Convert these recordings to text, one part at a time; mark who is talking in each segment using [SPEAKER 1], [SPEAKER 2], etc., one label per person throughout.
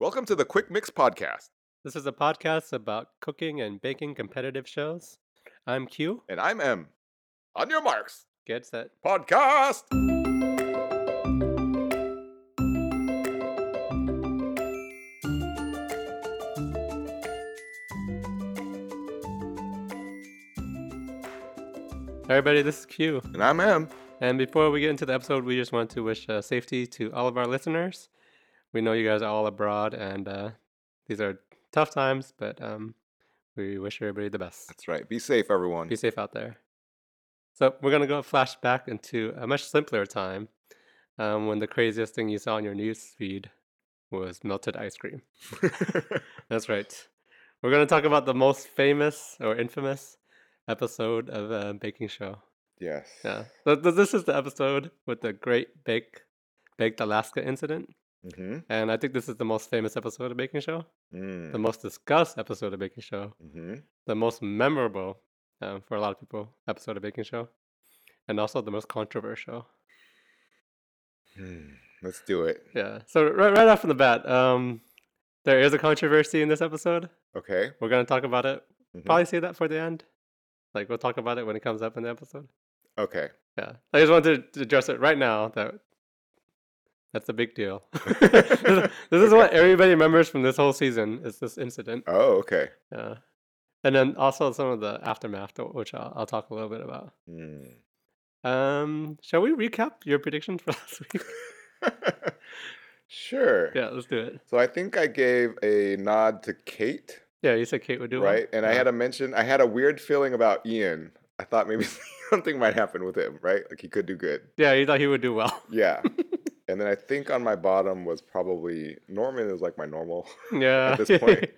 [SPEAKER 1] Welcome to the Quick Mix Podcast,
[SPEAKER 2] This is a podcast about cooking and baking competitive shows. I'm Q.
[SPEAKER 1] and I'm M. On your marks,
[SPEAKER 2] Get set.
[SPEAKER 1] podcast!
[SPEAKER 2] Everybody, this is Q.
[SPEAKER 1] And I'm M.
[SPEAKER 2] And before we get into the episode, we just want to wish uh, safety to all of our listeners. We know you guys are all abroad, and uh, these are tough times, but um, we wish everybody the best.
[SPEAKER 1] That's right. Be safe, everyone.
[SPEAKER 2] Be safe out there. So we're gonna go flash back into a much simpler time, um, when the craziest thing you saw on your news feed was melted ice cream. That's right. We're gonna talk about the most famous or infamous episode of a baking show.
[SPEAKER 1] yes.
[SPEAKER 2] Yeah, Th- th- this is the episode with the Great Bake Baked Alaska incident,
[SPEAKER 1] Mm-hmm.
[SPEAKER 2] and I think this is the most famous episode of baking show, the
[SPEAKER 1] Mm.
[SPEAKER 2] most discussed episode of baking show,
[SPEAKER 1] hmm
[SPEAKER 2] the most memorable um, for a lot of people episode of baking show, and also the most controversial.
[SPEAKER 1] Hmm. Let's do it.
[SPEAKER 2] Yeah. So right right off from the bat, um, there is a controversy in this episode.
[SPEAKER 1] Okay.
[SPEAKER 2] We're gonna talk about it.
[SPEAKER 1] Mhm.
[SPEAKER 2] Probably say that for the end. Like we'll talk about it when it comes up in the episode.
[SPEAKER 1] Okay.
[SPEAKER 2] Yeah, I just wanted to address it right now. That that's a big deal. this is what everybody remembers from this whole season. Is this incident?
[SPEAKER 1] Oh, okay.
[SPEAKER 2] Yeah, and then also some of the aftermath, tho- which I'll, I'll talk a little bit about.
[SPEAKER 1] Mm.
[SPEAKER 2] Um, shall we recap your prediction for last week?
[SPEAKER 1] sure.
[SPEAKER 2] yeah, let's do it.
[SPEAKER 1] So I think I gave a nod to Kate,
[SPEAKER 2] Yeah, you said Kate would do well.
[SPEAKER 1] right? And I
[SPEAKER 2] Yeah.
[SPEAKER 1] had a mention, I had a weird feeling about Ian. I thought maybe something might happen with him, right? Like he could do good.
[SPEAKER 2] yeah, you thought he would do well.
[SPEAKER 1] Yeah. and then I think on my bottom was probably Norman is like my normal.
[SPEAKER 2] yeah.
[SPEAKER 1] this point.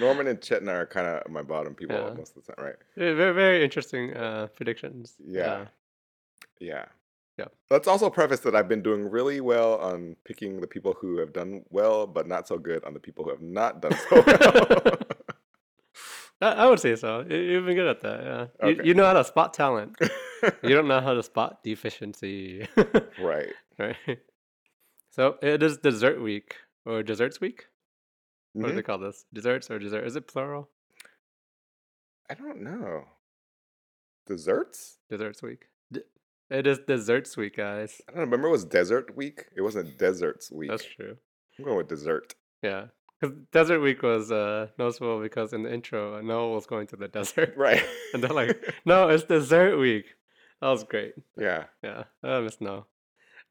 [SPEAKER 1] Norman and Chetna are kind of my bottom people
[SPEAKER 2] Yeah.
[SPEAKER 1] most of the time, right?
[SPEAKER 2] Yeah, very very interesting uh, predictions.
[SPEAKER 1] Yeah. Yeah.
[SPEAKER 2] Yeah.
[SPEAKER 1] Let's also preface that I've been doing really well on picking the people who have done well, but not so good on the people who have not done so well.
[SPEAKER 2] I, I would say so. You- You've been good at that. Yeah, You-
[SPEAKER 1] Okay.
[SPEAKER 2] you know how to spot talent. you don't know how to spot deficiency.
[SPEAKER 1] right.
[SPEAKER 2] right. So it is dessert week or desserts week.
[SPEAKER 1] Mm-hmm.
[SPEAKER 2] What do they call this? Desserts or dessert? Is it plural?
[SPEAKER 1] I don't know. Desserts?
[SPEAKER 2] Desserts week. D- it is desserts week, guys.
[SPEAKER 1] I don't know. Remember it was desert week? It wasn't desserts week.
[SPEAKER 2] That's true.
[SPEAKER 1] I'm going with dessert.
[SPEAKER 2] Yeah. Because desert week was uh, noticeable because in the intro, uh, Noah was going to the desert.
[SPEAKER 1] Right.
[SPEAKER 2] And they're like, no, it's dessert week. That was great.
[SPEAKER 1] yeah.
[SPEAKER 2] Yeah, I miss Snow.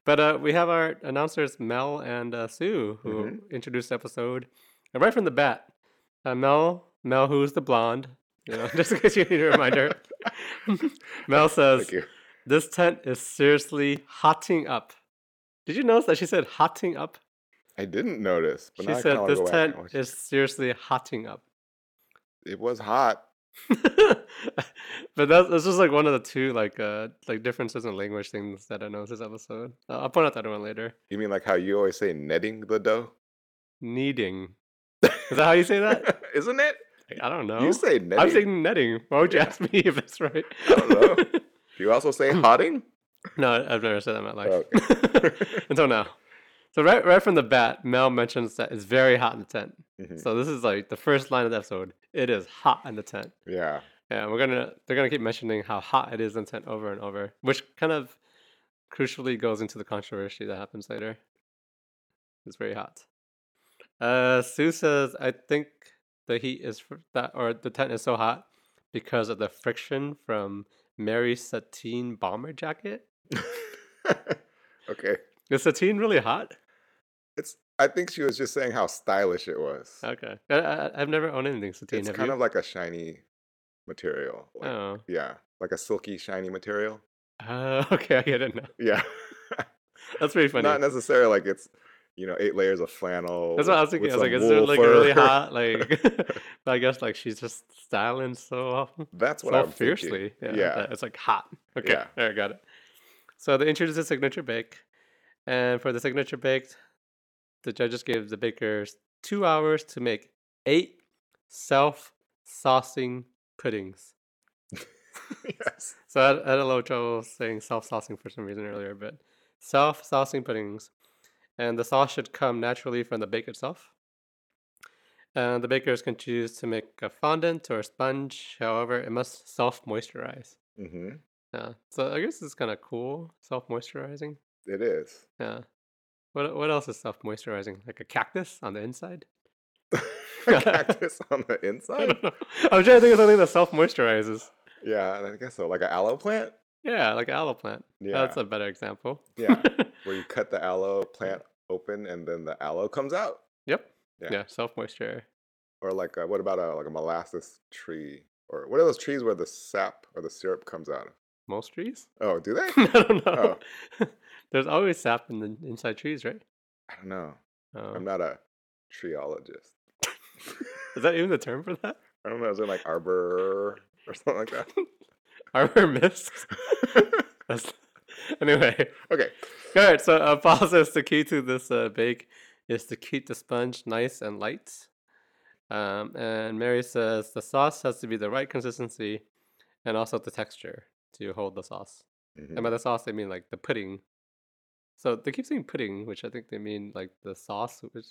[SPEAKER 2] But uh, we have our announcers Mel and uh, Sue who
[SPEAKER 1] Mm-hmm.
[SPEAKER 2] introduced the episode, and right from the bat, uh, Mel, Mel, who's the blonde, you know, just in case you need a reminder. Mel says,
[SPEAKER 1] Thank you.
[SPEAKER 2] "This tent is seriously hotting up." Did you notice that she said "hotting up"?
[SPEAKER 1] I didn't notice. But
[SPEAKER 2] she
[SPEAKER 1] now I
[SPEAKER 2] said,
[SPEAKER 1] kinda wanna
[SPEAKER 2] "This
[SPEAKER 1] go back and
[SPEAKER 2] tent
[SPEAKER 1] watch it.
[SPEAKER 2] is seriously hotting up."
[SPEAKER 1] It was hot.
[SPEAKER 2] but that's, that's just like one of the two like uh like differences in language things that I noticed this episode. Uh, I'll point out that one later.
[SPEAKER 1] You mean like how you always say netting the dough?
[SPEAKER 2] Needing. Is that how you say that?
[SPEAKER 1] Isn't it?
[SPEAKER 2] Like, I don't know.
[SPEAKER 1] You say netting.
[SPEAKER 2] I'm saying netting. Why would you ask me if it's right?
[SPEAKER 1] I don't Do you also say hotting?
[SPEAKER 2] no, I've never said that in my life. Until now. So right right from the bat, Mel mentions that it's very hot in the tent.
[SPEAKER 1] Mhm.
[SPEAKER 2] So this is like the first line of the episode. It is hot in the tent.
[SPEAKER 1] Yeah.
[SPEAKER 2] Yeah, we're gonna they're gonna keep mentioning how hot it is in the tent over and over, which kind of crucially goes into the controversy that happens later. It's very hot. Uh, Sue says, "I think the heat is fr- that, or the tent is so hot because of the friction from Mary's sateen bomber jacket.
[SPEAKER 1] okay.
[SPEAKER 2] Is sateen really hot?
[SPEAKER 1] It's. I think she was just saying how stylish it was.
[SPEAKER 2] Okay, I, I, I've never owned anything sateen.
[SPEAKER 1] it's
[SPEAKER 2] have
[SPEAKER 1] kind
[SPEAKER 2] you?
[SPEAKER 1] of like a shiny material. like-
[SPEAKER 2] oh,
[SPEAKER 1] Yeah. Like a silky, shiny material.
[SPEAKER 2] Uh, okay, I get it now.
[SPEAKER 1] Yeah.
[SPEAKER 2] That's pretty funny.
[SPEAKER 1] Not necessarily like it's, you know, eight layers of flannel.
[SPEAKER 2] That's what I was
[SPEAKER 1] with-
[SPEAKER 2] thinking. I
[SPEAKER 1] with
[SPEAKER 2] was
[SPEAKER 1] some
[SPEAKER 2] like, is it
[SPEAKER 1] wool
[SPEAKER 2] like really
[SPEAKER 1] fur.
[SPEAKER 2] hot? Like, but I guess like she's just styling so often,
[SPEAKER 1] That's what
[SPEAKER 2] so
[SPEAKER 1] I'm thinking.
[SPEAKER 2] fiercely. Yeah,
[SPEAKER 1] Yeah.
[SPEAKER 2] that it's like hot. Okay,
[SPEAKER 1] Yeah.
[SPEAKER 2] there, I got it. So they introduced the signature bake, and for the signature bake, the judges gave the bakers two hours to make eight self-saucing puddings.
[SPEAKER 1] yes.
[SPEAKER 2] So I had, I had a little trouble saying self-saucing for some reason earlier, but self-saucing puddings, and the sauce should come naturally from the bake itself. Uh, the bakers can choose to make a fondant or a sponge. However, it must self moisturize.
[SPEAKER 1] hmm
[SPEAKER 2] Yeah. So I guess it's kind of cool, self moisturizing.
[SPEAKER 1] It is.
[SPEAKER 2] Yeah. What what else is self moisturizing? Like a cactus on the inside?
[SPEAKER 1] Cactus on the
[SPEAKER 2] I
[SPEAKER 1] inside?
[SPEAKER 2] don't know. I'm trying to think of something that self moisturizes.
[SPEAKER 1] Yeah, I guess so. Like an aloe plant?
[SPEAKER 2] Yeah, like aloe plant.
[SPEAKER 1] Yeah.
[SPEAKER 2] That's a better example.
[SPEAKER 1] Yeah. Where you cut the aloe plant open and then the aloe comes out.
[SPEAKER 2] yep.
[SPEAKER 1] Yeah.
[SPEAKER 2] Yeah, self moisture.
[SPEAKER 1] Or like a, what about a like a molasses tree? Or what are those trees where the sap or the syrup comes out? of?
[SPEAKER 2] Most trees? Oh.
[SPEAKER 1] Oh, do they?
[SPEAKER 2] I don't know. There's always sap in the inside trees, right?
[SPEAKER 1] I don't know.
[SPEAKER 2] Oh.
[SPEAKER 1] I'm not a treeologist.
[SPEAKER 2] Is that even the term for that?
[SPEAKER 1] I don't know. Is it like arbor or something like that?
[SPEAKER 2] Arbor mist? That's... Anyway,
[SPEAKER 1] Okay.
[SPEAKER 2] all right. So, uh, Paul says the key to this uh, bake is to keep the sponge nice and light. Um, and Mary says the sauce has to be the right consistency and also the texture to hold the sauce.
[SPEAKER 1] Mhm.
[SPEAKER 2] And by the sauce, they mean like the pudding. So they keep saying pudding, which I think they mean like the sauce, which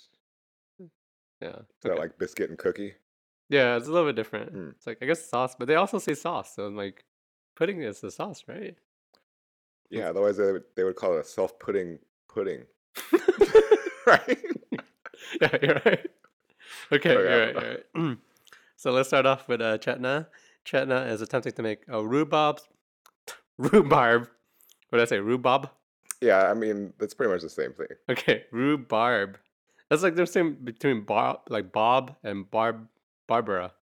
[SPEAKER 2] yeah,
[SPEAKER 1] Hmm. Is that
[SPEAKER 2] okay.
[SPEAKER 1] like biscuit and cookie?
[SPEAKER 2] yeah, it's a little bit different.
[SPEAKER 1] Mm.
[SPEAKER 2] It's like I guess sauce, but they also say sauce. So I'm like, pudding is the sauce, right?
[SPEAKER 1] Yeah, otherwise they would, they would call it a self pudding pudding. right?
[SPEAKER 2] yeah, you're right.
[SPEAKER 1] Okay,
[SPEAKER 2] Okay,
[SPEAKER 1] I
[SPEAKER 2] you're right.
[SPEAKER 1] don't know.
[SPEAKER 2] You're right. so let's start off with uh, Chetna. Chetna is attempting to make a rhubarb. Rhubarb. What did I say? Rhubarb.
[SPEAKER 1] Yeah, I mean, that's pretty much the same thing.
[SPEAKER 2] Okay, rhubarb. That's like the same between Bob, like Bob and Barb, Barbara.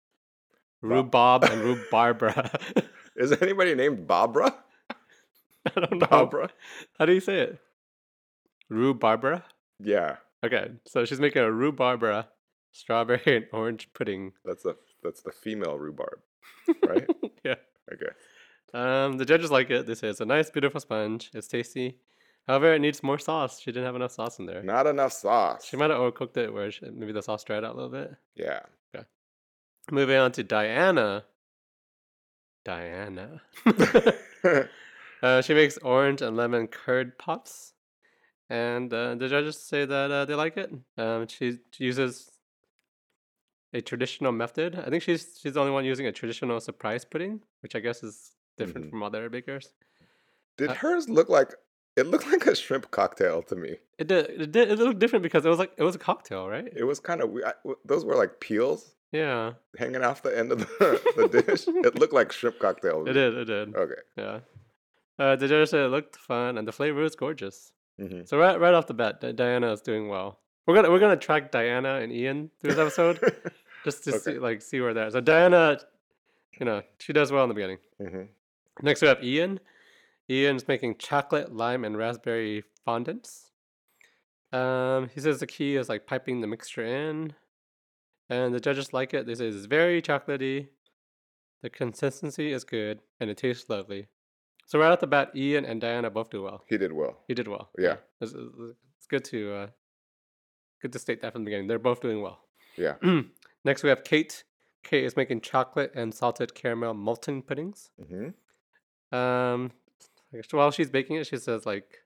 [SPEAKER 2] Rhubarb and rhubarbara.
[SPEAKER 1] Is anybody named Barbara?
[SPEAKER 2] I don't know.
[SPEAKER 1] Barbara?
[SPEAKER 2] How do you say it? Rhubarbara.
[SPEAKER 1] Yeah,
[SPEAKER 2] Okay, so she's making a rhubarbara, strawberry and orange pudding.
[SPEAKER 1] that's the that's the female rhubarb, right?
[SPEAKER 2] Yeah.
[SPEAKER 1] Okay.
[SPEAKER 2] Um, the judges like it. They say it's a nice, beautiful sponge. It's tasty. However, it needs more sauce. She didn't have enough sauce in there.
[SPEAKER 1] Not enough sauce.
[SPEAKER 2] She might have overcooked it, where she, maybe the sauce dried out a little bit.
[SPEAKER 1] Yeah.
[SPEAKER 2] Moving on to Diana. Diana. uh, she makes orange and lemon curd pops. And uh, the judges say that uh, they like it. Um, she uses a traditional method. I think she's she's the only one using a traditional surprise pudding, which I guess is different
[SPEAKER 1] Mhm.
[SPEAKER 2] from other bakers.
[SPEAKER 1] Did
[SPEAKER 2] Uh,
[SPEAKER 1] hers look like it looked like a shrimp cocktail to me?
[SPEAKER 2] It did, it did it looked different because it was like it was a cocktail, right?
[SPEAKER 1] It was kind of weird. Those were like peels
[SPEAKER 2] Yeah,
[SPEAKER 1] hanging off the end of the, the dish. It looked like shrimp cocktail. to me.
[SPEAKER 2] it did, it did.
[SPEAKER 1] Okay.
[SPEAKER 2] Yeah. Uh, the judges said it looked fun and the flavor was gorgeous.
[SPEAKER 1] hmm
[SPEAKER 2] So right right off the bat, Di- Diana is doing well. We're gonna we're gonna track Diana and Ian through this episode just to
[SPEAKER 1] Okay.
[SPEAKER 2] see like see where they're at. So Diana, you know, she does well in the beginning.
[SPEAKER 1] hmm
[SPEAKER 2] Next we have Ian. Ian's making chocolate, lime, and raspberry fondants. Um, he says the key is like piping the mixture in, and the judges like it. They say it's very chocolatey. The consistency is good, and it tastes lovely. So right off the bat, Ian and Diana both do well.
[SPEAKER 1] He did well.
[SPEAKER 2] You did well.
[SPEAKER 1] Yeah.
[SPEAKER 2] It's, it's- it's good to uh, good to state that from the beginning. They're both doing well.
[SPEAKER 1] Yeah.
[SPEAKER 2] Next, we have Kate. Kate is making chocolate and salted caramel molten puddings.
[SPEAKER 1] hmm
[SPEAKER 2] Um, I guess while she's baking it, she says like,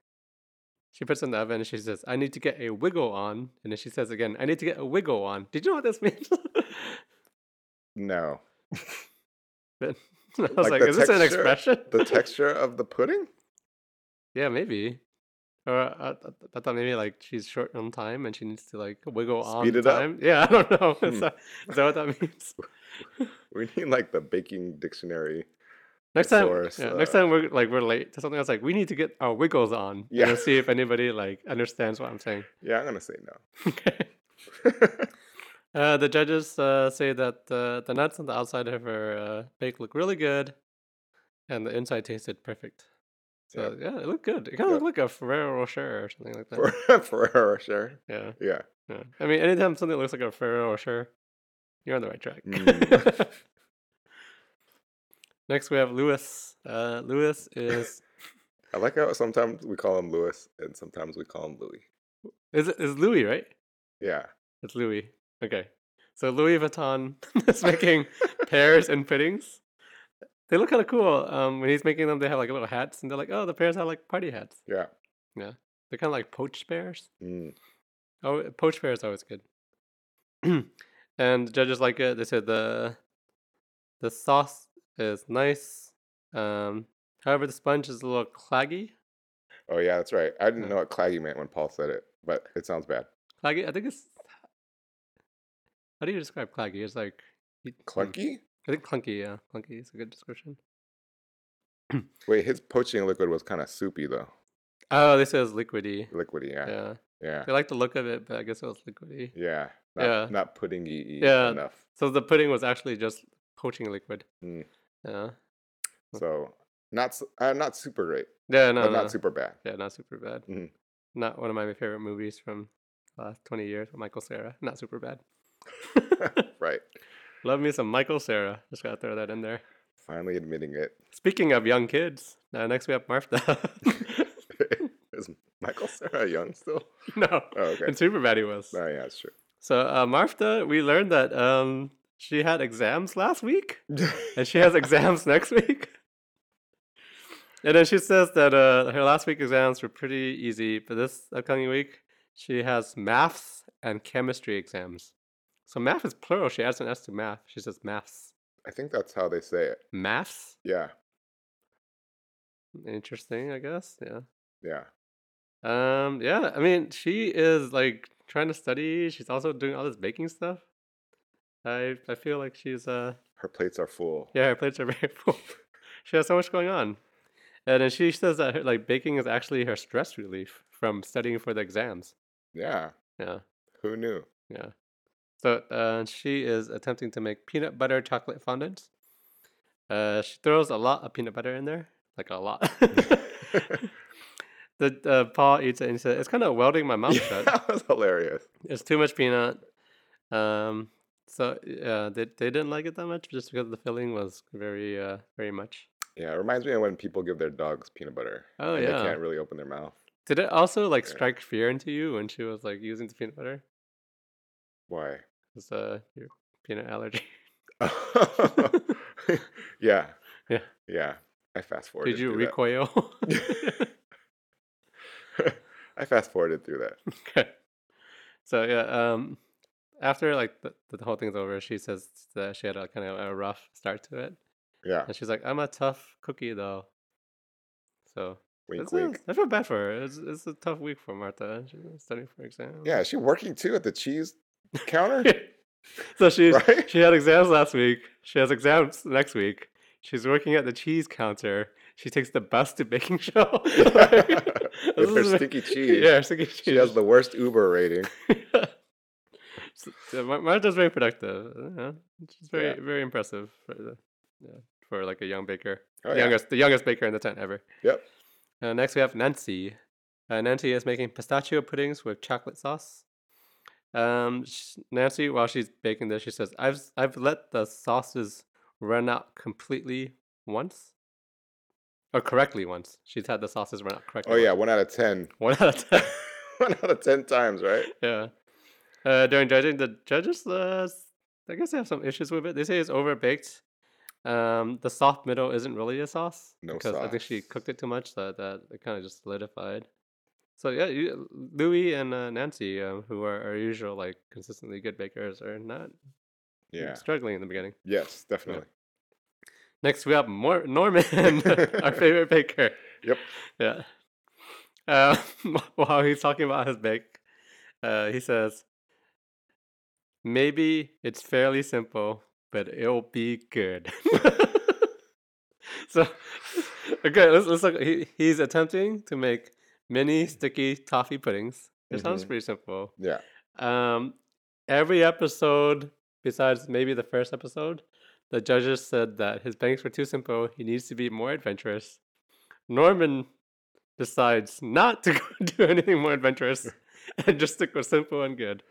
[SPEAKER 2] she puts it in the oven and she says, "I need to get a wiggle on," and then she says again, "I need to get a wiggle on." Did you know what this means?
[SPEAKER 1] No.
[SPEAKER 2] I was
[SPEAKER 1] Like
[SPEAKER 2] like,
[SPEAKER 1] the
[SPEAKER 2] "Is this an
[SPEAKER 1] texture-
[SPEAKER 2] expression?"
[SPEAKER 1] The texture of the pudding?
[SPEAKER 2] yeah, maybe. Or uh, I, I thought maybe like she's short on time and she needs to like wiggle on
[SPEAKER 1] Speed it up?
[SPEAKER 2] time. Yeah, I don't know.
[SPEAKER 1] Hmm.
[SPEAKER 2] is, that, is that what that means?
[SPEAKER 1] We need like the baking dictionary.
[SPEAKER 2] Next time,
[SPEAKER 1] source,
[SPEAKER 2] yeah, next
[SPEAKER 1] uh,
[SPEAKER 2] time we're like we're late to something. I was like, we need to get our wiggles on.
[SPEAKER 1] Yeah.
[SPEAKER 2] Yeah. And see if anybody like understands what I'm saying.
[SPEAKER 1] Yeah, I'm gonna say no.
[SPEAKER 2] Okay. Uh, the judges uh, say that uh, the nuts on the outside of her uh, bake look really good, and the inside tasted perfect. So yeah, it looked good. It kind of
[SPEAKER 1] Yep.
[SPEAKER 2] looked like a Ferrero Rocher or something like that.
[SPEAKER 1] For Ferrero Rocher.
[SPEAKER 2] yeah,
[SPEAKER 1] Yeah.
[SPEAKER 2] yeah. I mean, anytime something looks like a Ferrero Rocher, you're on the right track.
[SPEAKER 1] Mm.
[SPEAKER 2] Next, we have Lewis. Uh, Lewis is
[SPEAKER 1] I like how sometimes we call him Louis and sometimes we call him Louis.
[SPEAKER 2] is is Louis right?
[SPEAKER 1] Yeah.
[SPEAKER 2] It's Louis. Okay. So Louis Vuitton is making pears and puddings. They look kind of cool. Um, when he's making them, they have like little hats, and they're like, "Oh, the pears are like party hats.
[SPEAKER 1] Yeah.
[SPEAKER 2] They're kind of like poached pears.
[SPEAKER 1] Mm.
[SPEAKER 2] Oh, poached pears are always good." and judges like it. They said the the sauce is nice. Um, however, the sponge is a little claggy.
[SPEAKER 1] Oh yeah, that's right. I didn't
[SPEAKER 2] Yeah.
[SPEAKER 1] know what claggy meant when Paul said it, but it sounds bad.
[SPEAKER 2] Claggy. I think it's. How do you describe claggy? It's like y- mm,
[SPEAKER 1] Clunky?
[SPEAKER 2] I think clunky. Yeah, clunky is a good description.
[SPEAKER 1] Wait, his poaching liquid was kind of soupy though.
[SPEAKER 2] Oh, they said it's liquidy.
[SPEAKER 1] Liquidy, yeah.
[SPEAKER 2] Yeah,
[SPEAKER 1] Yeah.
[SPEAKER 2] I like the look of it, but I guess it was liquidy.
[SPEAKER 1] Yeah. Not,
[SPEAKER 2] Yeah.
[SPEAKER 1] not puddingy
[SPEAKER 2] Yeah.
[SPEAKER 1] enough.
[SPEAKER 2] So the pudding was actually just poaching liquid.
[SPEAKER 1] Mm.
[SPEAKER 2] Yeah. Mm.
[SPEAKER 1] So not s- uh, not super great,
[SPEAKER 2] Yeah, no,
[SPEAKER 1] but
[SPEAKER 2] no.
[SPEAKER 1] not super bad.
[SPEAKER 2] Yeah, not super bad.
[SPEAKER 1] Mhm.
[SPEAKER 2] Not one of my favorite movies from the last 20 years, Michael Sarah. Not super bad.
[SPEAKER 1] Right.
[SPEAKER 2] Love me some Michael Sarah. Just gotta throw that in there.
[SPEAKER 1] Finally admitting it.
[SPEAKER 2] Speaking of young kids, uh, next we have Martha.
[SPEAKER 1] Is Michael Sarah young still?
[SPEAKER 2] no,
[SPEAKER 1] Oh, okay.
[SPEAKER 2] and Superbad he was.
[SPEAKER 1] Oh yeah, that's true.
[SPEAKER 2] So uh, Martha, we learned that um, she had exams last week, and she has exams next week. And then she says that uh, her last week exams were pretty easy, but this upcoming week she has maths and chemistry exams. So math is plural. She adds an S to math. She says maths.
[SPEAKER 1] I think that's how they say it.
[SPEAKER 2] Maths.
[SPEAKER 1] Yeah.
[SPEAKER 2] Interesting, I guess. Yeah.
[SPEAKER 1] Yeah.
[SPEAKER 2] Um. Yeah. I mean, she is like trying to study. She's also doing all this baking stuff. I I feel like she's uh
[SPEAKER 1] Her plates are full.
[SPEAKER 2] Yeah, her plates are very full. she has so much going on, and then she says that her, like baking is actually her stress relief from studying for the exams.
[SPEAKER 1] Yeah.
[SPEAKER 2] Yeah,
[SPEAKER 1] Who knew?
[SPEAKER 2] yeah. So uh, she is attempting to make peanut butter chocolate fondant. Uh, she throws a lot of peanut butter in there, like a lot. the uh, Paul eats it and he says, "It's kind of welding my mouth shut."
[SPEAKER 1] that was hilarious.
[SPEAKER 2] It's too much peanut. Um, so uh, they they didn't like it that much just because the filling was very uh very much.
[SPEAKER 1] Yeah, it reminds me of when people give their dogs peanut butter.
[SPEAKER 2] Oh,
[SPEAKER 1] and
[SPEAKER 2] yeah.
[SPEAKER 1] They can't really open their mouth.
[SPEAKER 2] Did it also like
[SPEAKER 1] Yeah.
[SPEAKER 2] strike fear into you when she was like using the peanut butter?
[SPEAKER 1] Why?
[SPEAKER 2] It's uh your peanut allergy.
[SPEAKER 1] yeah.
[SPEAKER 2] Yeah.
[SPEAKER 1] Yeah. I fast forwarded.
[SPEAKER 2] Did you
[SPEAKER 1] through that.
[SPEAKER 2] recoil?
[SPEAKER 1] I fast forwarded through that.
[SPEAKER 2] okay. So yeah, um, after like the, the whole thing's over, she says that she had a kind of a rough start to it,
[SPEAKER 1] Yeah.
[SPEAKER 2] and she's like, "I'm a tough cookie though." So
[SPEAKER 1] Wink,
[SPEAKER 2] that's
[SPEAKER 1] wink.
[SPEAKER 2] I feel bad for her. It's, it's a tough week for Martha. She's studying for exams.
[SPEAKER 1] Yeah, is she working too at the cheese counter?
[SPEAKER 2] so she's
[SPEAKER 1] Right?
[SPEAKER 2] she had exams last week. She has exams next week. She's working at the cheese counter. She takes the bus to baking show
[SPEAKER 1] With her stinky cheese.
[SPEAKER 2] Yeah, her stinky cheese.
[SPEAKER 1] She has the worst Uber rating.
[SPEAKER 2] So, yeah, Mar- Martha's very productive. Yeah. She's very
[SPEAKER 1] Yeah.
[SPEAKER 2] very impressive for the, yeah, for like a young baker,
[SPEAKER 1] Oh, yeah.
[SPEAKER 2] youngest the youngest baker in the tent ever.
[SPEAKER 1] Yep.
[SPEAKER 2] Uh, next we have Nancy. Uh, Nancy is making pistachio puddings with chocolate sauce. Um, sh- Nancy, while she's baking this, she says, "I've s- I've let the sauces run out completely once, or correctly once. She's had the sauces run out correctly.
[SPEAKER 1] Oh, yeah. One out of 10.
[SPEAKER 2] once. one out of ten.
[SPEAKER 1] one out of 10 times, right?
[SPEAKER 2] Yeah. Uh, during judging, the judges, uh, s- I guess they have some issues with it. They say it's overbaked. Um, the soft middle isn't really a sauce
[SPEAKER 1] No
[SPEAKER 2] because I think she
[SPEAKER 1] sauce.
[SPEAKER 2] cooked it too much that that it kind of just solidified. So yeah, you, Louis and uh, Nancy, um, who are our usual like consistently good bakers, are not
[SPEAKER 1] Yeah.
[SPEAKER 2] struggling in the beginning.
[SPEAKER 1] Yes, definitely.
[SPEAKER 2] Next, we have Mor- Norman, our favorite baker.
[SPEAKER 1] Yep.
[SPEAKER 2] Yeah. Uh, while he's talking about his bake, uh, he says, "Maybe it's fairly simple, but it'll be good." so, okay, let's, let's look. He, he's attempting to make mini sticky toffee puddings. It sounds
[SPEAKER 1] Mhm.
[SPEAKER 2] pretty simple.
[SPEAKER 1] Yeah.
[SPEAKER 2] Um, every episode, besides maybe the first episode, the judges said that his banks were too simple. He needs to be more adventurous. Norman decides not to go do anything more adventurous and just stick with simple and good.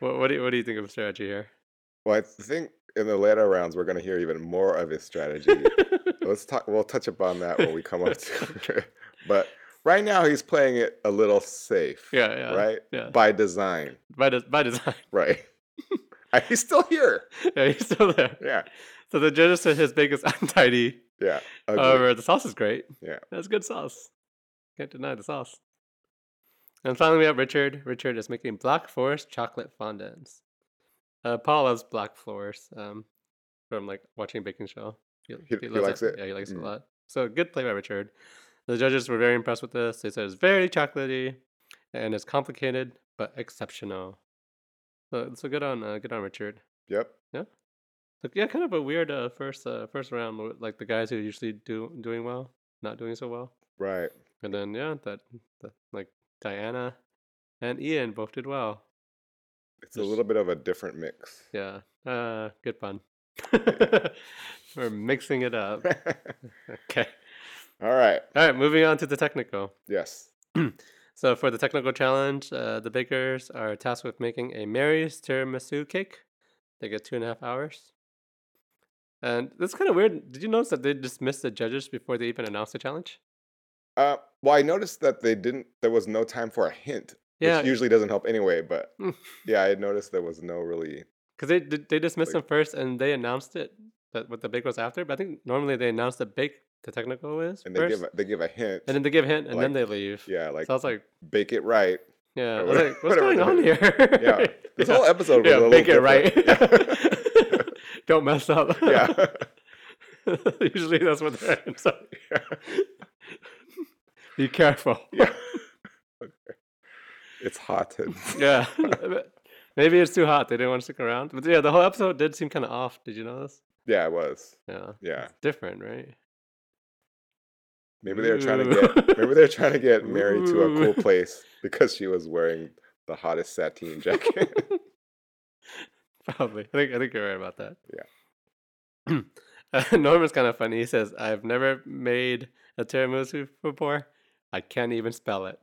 [SPEAKER 2] What, what, do, you, what do you think of the strategy here?
[SPEAKER 1] Well, I think in the later rounds, we're going to hear even more of his strategy. Let's talk. We'll touch upon that when we come up to it. But right now, he's playing it a little safe.
[SPEAKER 2] yeah, yeah.
[SPEAKER 1] Right?
[SPEAKER 2] Yeah.
[SPEAKER 1] By design.
[SPEAKER 2] By, des- by design.
[SPEAKER 1] Right. And he's still here.
[SPEAKER 2] Yeah, he's still there.
[SPEAKER 1] Yeah.
[SPEAKER 2] So the judges said his bake is untidy.
[SPEAKER 1] Yeah. ugly.
[SPEAKER 2] However, Oh, the sauce is great.
[SPEAKER 1] Yeah.
[SPEAKER 2] That's good sauce. Can't deny the sauce. And finally, we have Richard. Richard is making Black Forest chocolate fondants. Uh, Paul loves Black Flowers um, from like watching Baking Show.
[SPEAKER 1] He- he
[SPEAKER 2] loves
[SPEAKER 1] likes it?
[SPEAKER 2] Yeah, he likes it
[SPEAKER 1] Mm.
[SPEAKER 2] a lot. So good play by Richard. The judges were very impressed with this. They said it's very chocolatey and it's complicated but exceptional. So, so good on uh, good on Richard.
[SPEAKER 1] Yep.
[SPEAKER 2] Like, yeah, kind of a weird uh, first uh, first round. with, Like the guys who are usually do doing well, not doing so well,
[SPEAKER 1] Right.
[SPEAKER 2] and then yeah, that, that like Diana and Ian both did well.
[SPEAKER 1] It's a
[SPEAKER 2] Just-
[SPEAKER 1] little bit of a different mix.
[SPEAKER 2] Yeah, uh, good fun. We're mixing it up. Okay.
[SPEAKER 1] All right.
[SPEAKER 2] All right, moving on to the technical.
[SPEAKER 1] Yes.
[SPEAKER 2] So for the technical challenge, uh, the bakers are tasked with making a Mary's tiramisu cake. They get two and a half hours. And that's kind of weird. Did you notice that they dismissed the judges before they even announced the challenge?
[SPEAKER 1] Uh, well, I noticed that they didn't. There was no time for a hint,
[SPEAKER 2] Yeah,
[SPEAKER 1] which usually doesn't help anyway. But
[SPEAKER 2] Mm.
[SPEAKER 1] yeah, I noticed there was no really.
[SPEAKER 2] because they did- they dismissed
[SPEAKER 1] Like-
[SPEAKER 2] them first and they announced it, but what the bake was after. But I think normally they announce the bake, the technical is,
[SPEAKER 1] And they
[SPEAKER 2] first,
[SPEAKER 1] give a, they give a hint.
[SPEAKER 2] and then they give a hint and then
[SPEAKER 1] like,
[SPEAKER 2] they leave.
[SPEAKER 1] yeah, like
[SPEAKER 2] so I was like,
[SPEAKER 1] bake it right.
[SPEAKER 2] yeah, I
[SPEAKER 1] or
[SPEAKER 2] was like, what's
[SPEAKER 1] whatever-
[SPEAKER 2] going on here?
[SPEAKER 1] Yeah, This whole episode was
[SPEAKER 2] yeah,
[SPEAKER 1] a little
[SPEAKER 2] make it right.
[SPEAKER 1] different.
[SPEAKER 2] Don't mess up.
[SPEAKER 1] Yeah. yeah.
[SPEAKER 2] Usually that's what they're I'm sorry. Be careful.
[SPEAKER 1] Yeah. It's hot. And
[SPEAKER 2] Yeah. Maybe it's too hot. They didn't want to stick around. But yeah, the whole episode did seem kind of off. Did you notice?
[SPEAKER 1] yeah, it was.
[SPEAKER 2] Yeah.
[SPEAKER 1] Yeah.
[SPEAKER 2] It's different, right?
[SPEAKER 1] Maybe they were trying to
[SPEAKER 2] Ooh.
[SPEAKER 1] get maybe they were trying to get Mary to a
[SPEAKER 2] Ooh.
[SPEAKER 1] cool place because she was wearing the hottest sateen jacket.
[SPEAKER 2] Probably. I think I think you're right about that.
[SPEAKER 1] Yeah.
[SPEAKER 2] uh, Norman's kind of funny. He says, "I've never made a tiramisu before. I can't even spell it."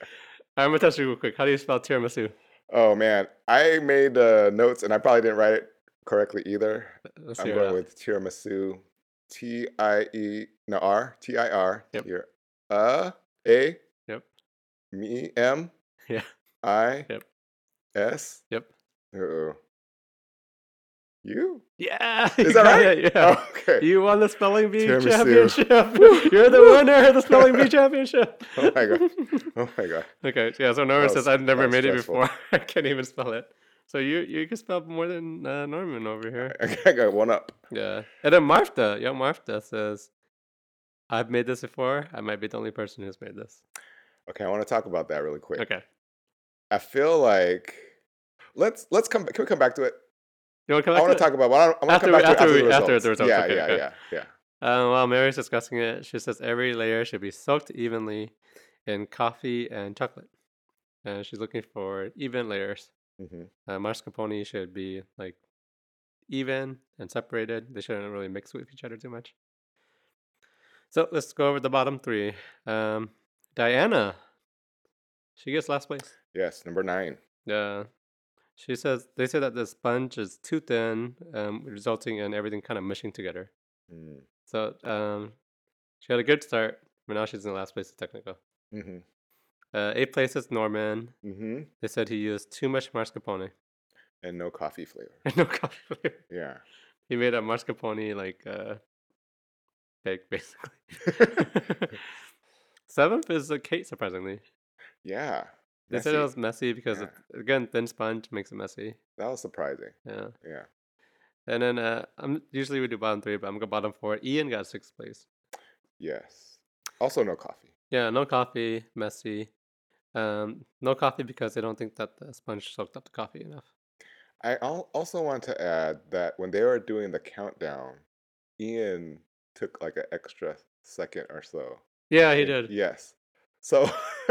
[SPEAKER 2] I'm gonna test you real quick. How do you spell tiramisu?
[SPEAKER 1] oh man, I made uh, notes and I probably didn't write it correctly either.
[SPEAKER 2] Let's
[SPEAKER 1] I'm
[SPEAKER 2] hear it
[SPEAKER 1] going
[SPEAKER 2] out.
[SPEAKER 1] with tiramisu, T I E no R T I R.
[SPEAKER 2] Yep.
[SPEAKER 1] Your uh a.
[SPEAKER 2] Yep.
[SPEAKER 1] Me M.
[SPEAKER 2] Yeah.
[SPEAKER 1] I.
[SPEAKER 2] Yep.
[SPEAKER 1] S.
[SPEAKER 2] Yep.
[SPEAKER 1] Uh oh. You.
[SPEAKER 2] Yeah.
[SPEAKER 1] Is
[SPEAKER 2] you
[SPEAKER 1] that
[SPEAKER 2] got
[SPEAKER 1] right?
[SPEAKER 2] it, Yeah.
[SPEAKER 1] Oh, okay.
[SPEAKER 2] You won the spelling bee
[SPEAKER 1] Tiramisu.
[SPEAKER 2] championship. You're the winner of the spelling bee championship.
[SPEAKER 1] Oh my God. Oh my god.
[SPEAKER 2] okay. Yeah. So Norman
[SPEAKER 1] That
[SPEAKER 2] says,
[SPEAKER 1] was-
[SPEAKER 2] "I've
[SPEAKER 1] that
[SPEAKER 2] never
[SPEAKER 1] was
[SPEAKER 2] made
[SPEAKER 1] stressful.
[SPEAKER 2] it before. I can't even spell it." So you you can spell more than uh, Norman over here.
[SPEAKER 1] I got one up.
[SPEAKER 2] Yeah. And then Martha, young Martha says, I've made this before. I might be the only person who's made this.
[SPEAKER 1] Okay, I want to talk about that really quick.
[SPEAKER 2] Okay.
[SPEAKER 1] I feel like let's let's come. Can we come back to it?
[SPEAKER 2] You want to come back
[SPEAKER 1] I want to
[SPEAKER 2] to
[SPEAKER 1] talk about. I want to
[SPEAKER 2] After
[SPEAKER 1] come
[SPEAKER 2] we-
[SPEAKER 1] back to it
[SPEAKER 2] after
[SPEAKER 1] after
[SPEAKER 2] we-
[SPEAKER 1] the results.
[SPEAKER 2] after the results,
[SPEAKER 1] Yeah,
[SPEAKER 2] okay,
[SPEAKER 1] yeah,
[SPEAKER 2] okay.
[SPEAKER 1] yeah, yeah.
[SPEAKER 2] Um, while Mary's discussing it, she says every layer should be soaked evenly in coffee and chocolate. And she's looking for even layers.
[SPEAKER 1] hmm
[SPEAKER 2] Uh, mascarpone should be like even and separated. They shouldn't really mix with each other too much. So let's go over the bottom three. Um, Diana, she gets last place.
[SPEAKER 1] Yes, number nine.
[SPEAKER 2] Yeah. She says they say that the sponge is too thin, um, resulting in everything kind of mushing together.
[SPEAKER 1] Mm-hmm.
[SPEAKER 2] So um, she had a good start, but now she's in last place at technical. Uh, eight places, Norman.
[SPEAKER 1] Mm-hmm.
[SPEAKER 2] They said he used too much mascarpone
[SPEAKER 1] And no coffee flavor.
[SPEAKER 2] and no coffee flavor.
[SPEAKER 1] Yeah.
[SPEAKER 2] He made a mascarpone like uh, cake, basically. Seventh is a cake, surprisingly.
[SPEAKER 1] Yeah.
[SPEAKER 2] They said it
[SPEAKER 1] Messy.
[SPEAKER 2] was messy because,
[SPEAKER 1] Yeah.
[SPEAKER 2] it, again, thin sponge makes it messy.
[SPEAKER 1] that was surprising.
[SPEAKER 2] Yeah.
[SPEAKER 1] Yeah.
[SPEAKER 2] And then uh, I'm usually we do bottom three, but I'm going bottom four. Ian got sixth place.
[SPEAKER 1] Yes. Also no coffee.
[SPEAKER 2] Yeah, no coffee, messy. Um, no coffee because they don't think that the sponge soaked up the coffee enough.
[SPEAKER 1] I al- also want to add that when they were doing the countdown, Ian took like an extra second or so.
[SPEAKER 2] Yeah, he
[SPEAKER 1] And-
[SPEAKER 2] did.
[SPEAKER 1] Yes. So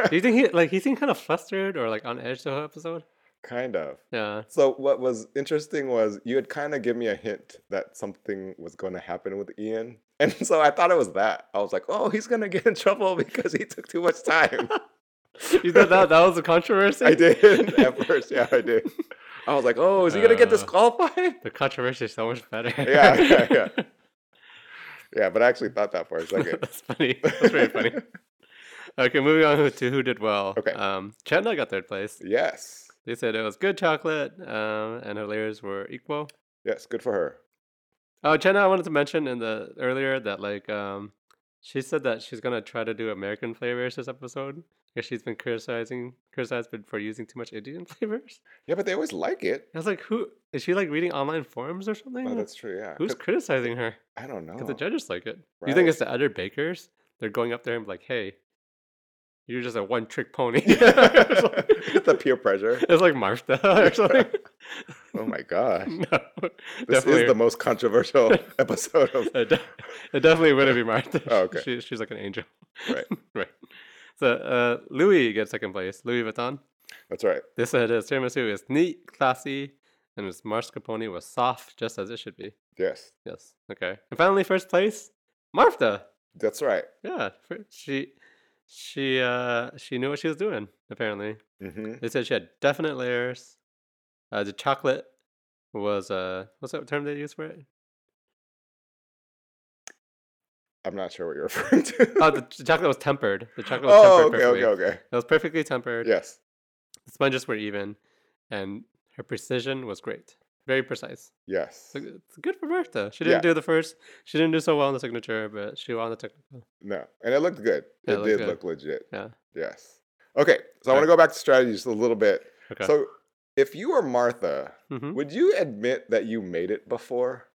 [SPEAKER 2] Do you think he like he seemed kind of flustered or like on edge the whole episode?
[SPEAKER 1] kind of.
[SPEAKER 2] Yeah,
[SPEAKER 1] So what was interesting was you had kind of given me a hint that something was going to happen with Ian, and so I thought it was that. I was like, "Oh, he's going to get in trouble because he took too much time."
[SPEAKER 2] you thought that that was a controversy.
[SPEAKER 1] I did at first, yeah, I did. I was like, "Oh, is he going to get
[SPEAKER 2] Uh.
[SPEAKER 1] disqualified?"
[SPEAKER 2] The controversy is so much better.
[SPEAKER 1] Yeah, yeah, yeah. Yeah, but I actually thought that for a second.
[SPEAKER 2] That's funny. That's very funny. Okay, moving on to who did well.
[SPEAKER 1] Okay.
[SPEAKER 2] Um, Chandler got third place.
[SPEAKER 1] yes,
[SPEAKER 2] They said it was good chocolate, um, and her layers were equal.
[SPEAKER 1] yes, good for her.
[SPEAKER 2] Oh, Chenna, I wanted to mention in the earlier that like um, She said that she's gonna try to do American flavors this episode because she's been criticizing criticized for- for using too much Indian flavors.
[SPEAKER 1] Yeah, but they always like it.
[SPEAKER 2] I was like, who is she like reading online forums or something?
[SPEAKER 1] Oh, that's true. Yeah.
[SPEAKER 2] Who's
[SPEAKER 1] 'Cause-
[SPEAKER 2] criticizing her?
[SPEAKER 1] I don't know.
[SPEAKER 2] Because the judges like it. You think
[SPEAKER 1] Right.
[SPEAKER 2] it's the other bakers? They're going up there and be like, hey, you're just a one trick pony. it's, like,
[SPEAKER 1] the peer pressure.
[SPEAKER 2] it's like Martha or something.
[SPEAKER 1] Oh my gosh.
[SPEAKER 2] no.
[SPEAKER 1] This
[SPEAKER 2] definitely,
[SPEAKER 1] is the most controversial episode of
[SPEAKER 2] it, de- it definitely wouldn't be Martha.
[SPEAKER 1] Oh, okay.
[SPEAKER 2] She, she's like an angel.
[SPEAKER 1] Right.
[SPEAKER 2] right. So uh, Louis gets second place. Louis Vuitton.
[SPEAKER 1] That's right.
[SPEAKER 2] They said his tiramisu is neat, classy, and his mascarpone was soft, just as it should be.
[SPEAKER 1] Yes.
[SPEAKER 2] Yes. Okay. And finally, first place, Martha.
[SPEAKER 1] That's right.
[SPEAKER 2] Yeah, fr- she she uh she knew what she was doing. Apparently,
[SPEAKER 1] hmm
[SPEAKER 2] they said she had definite layers. Uh, the chocolate was uh what's that term they use for it?
[SPEAKER 1] I'm not sure what you're referring to.
[SPEAKER 2] Oh, the, ch- chocolate was tempered. The chocolate was
[SPEAKER 1] oh
[SPEAKER 2] tempered
[SPEAKER 1] okay,
[SPEAKER 2] perfectly.
[SPEAKER 1] okay, okay.
[SPEAKER 2] It was perfectly tempered.
[SPEAKER 1] Yes.
[SPEAKER 2] The sponges were even, and her precision was great. Very precise.
[SPEAKER 1] Yes.
[SPEAKER 2] So it's good for Martha. She didn't
[SPEAKER 1] Yeah.
[SPEAKER 2] do the first. She didn't do so well in the signature, but she won the technical.
[SPEAKER 1] No. And it looked good.
[SPEAKER 2] Yeah, it
[SPEAKER 1] it
[SPEAKER 2] looked
[SPEAKER 1] did
[SPEAKER 2] good.
[SPEAKER 1] look legit.
[SPEAKER 2] Yeah.
[SPEAKER 1] Yes. Okay. So I want to go back to strategy just a little bit.
[SPEAKER 2] Okay.
[SPEAKER 1] So if you were Martha,
[SPEAKER 2] Mhm.
[SPEAKER 1] would you admit that you made it before?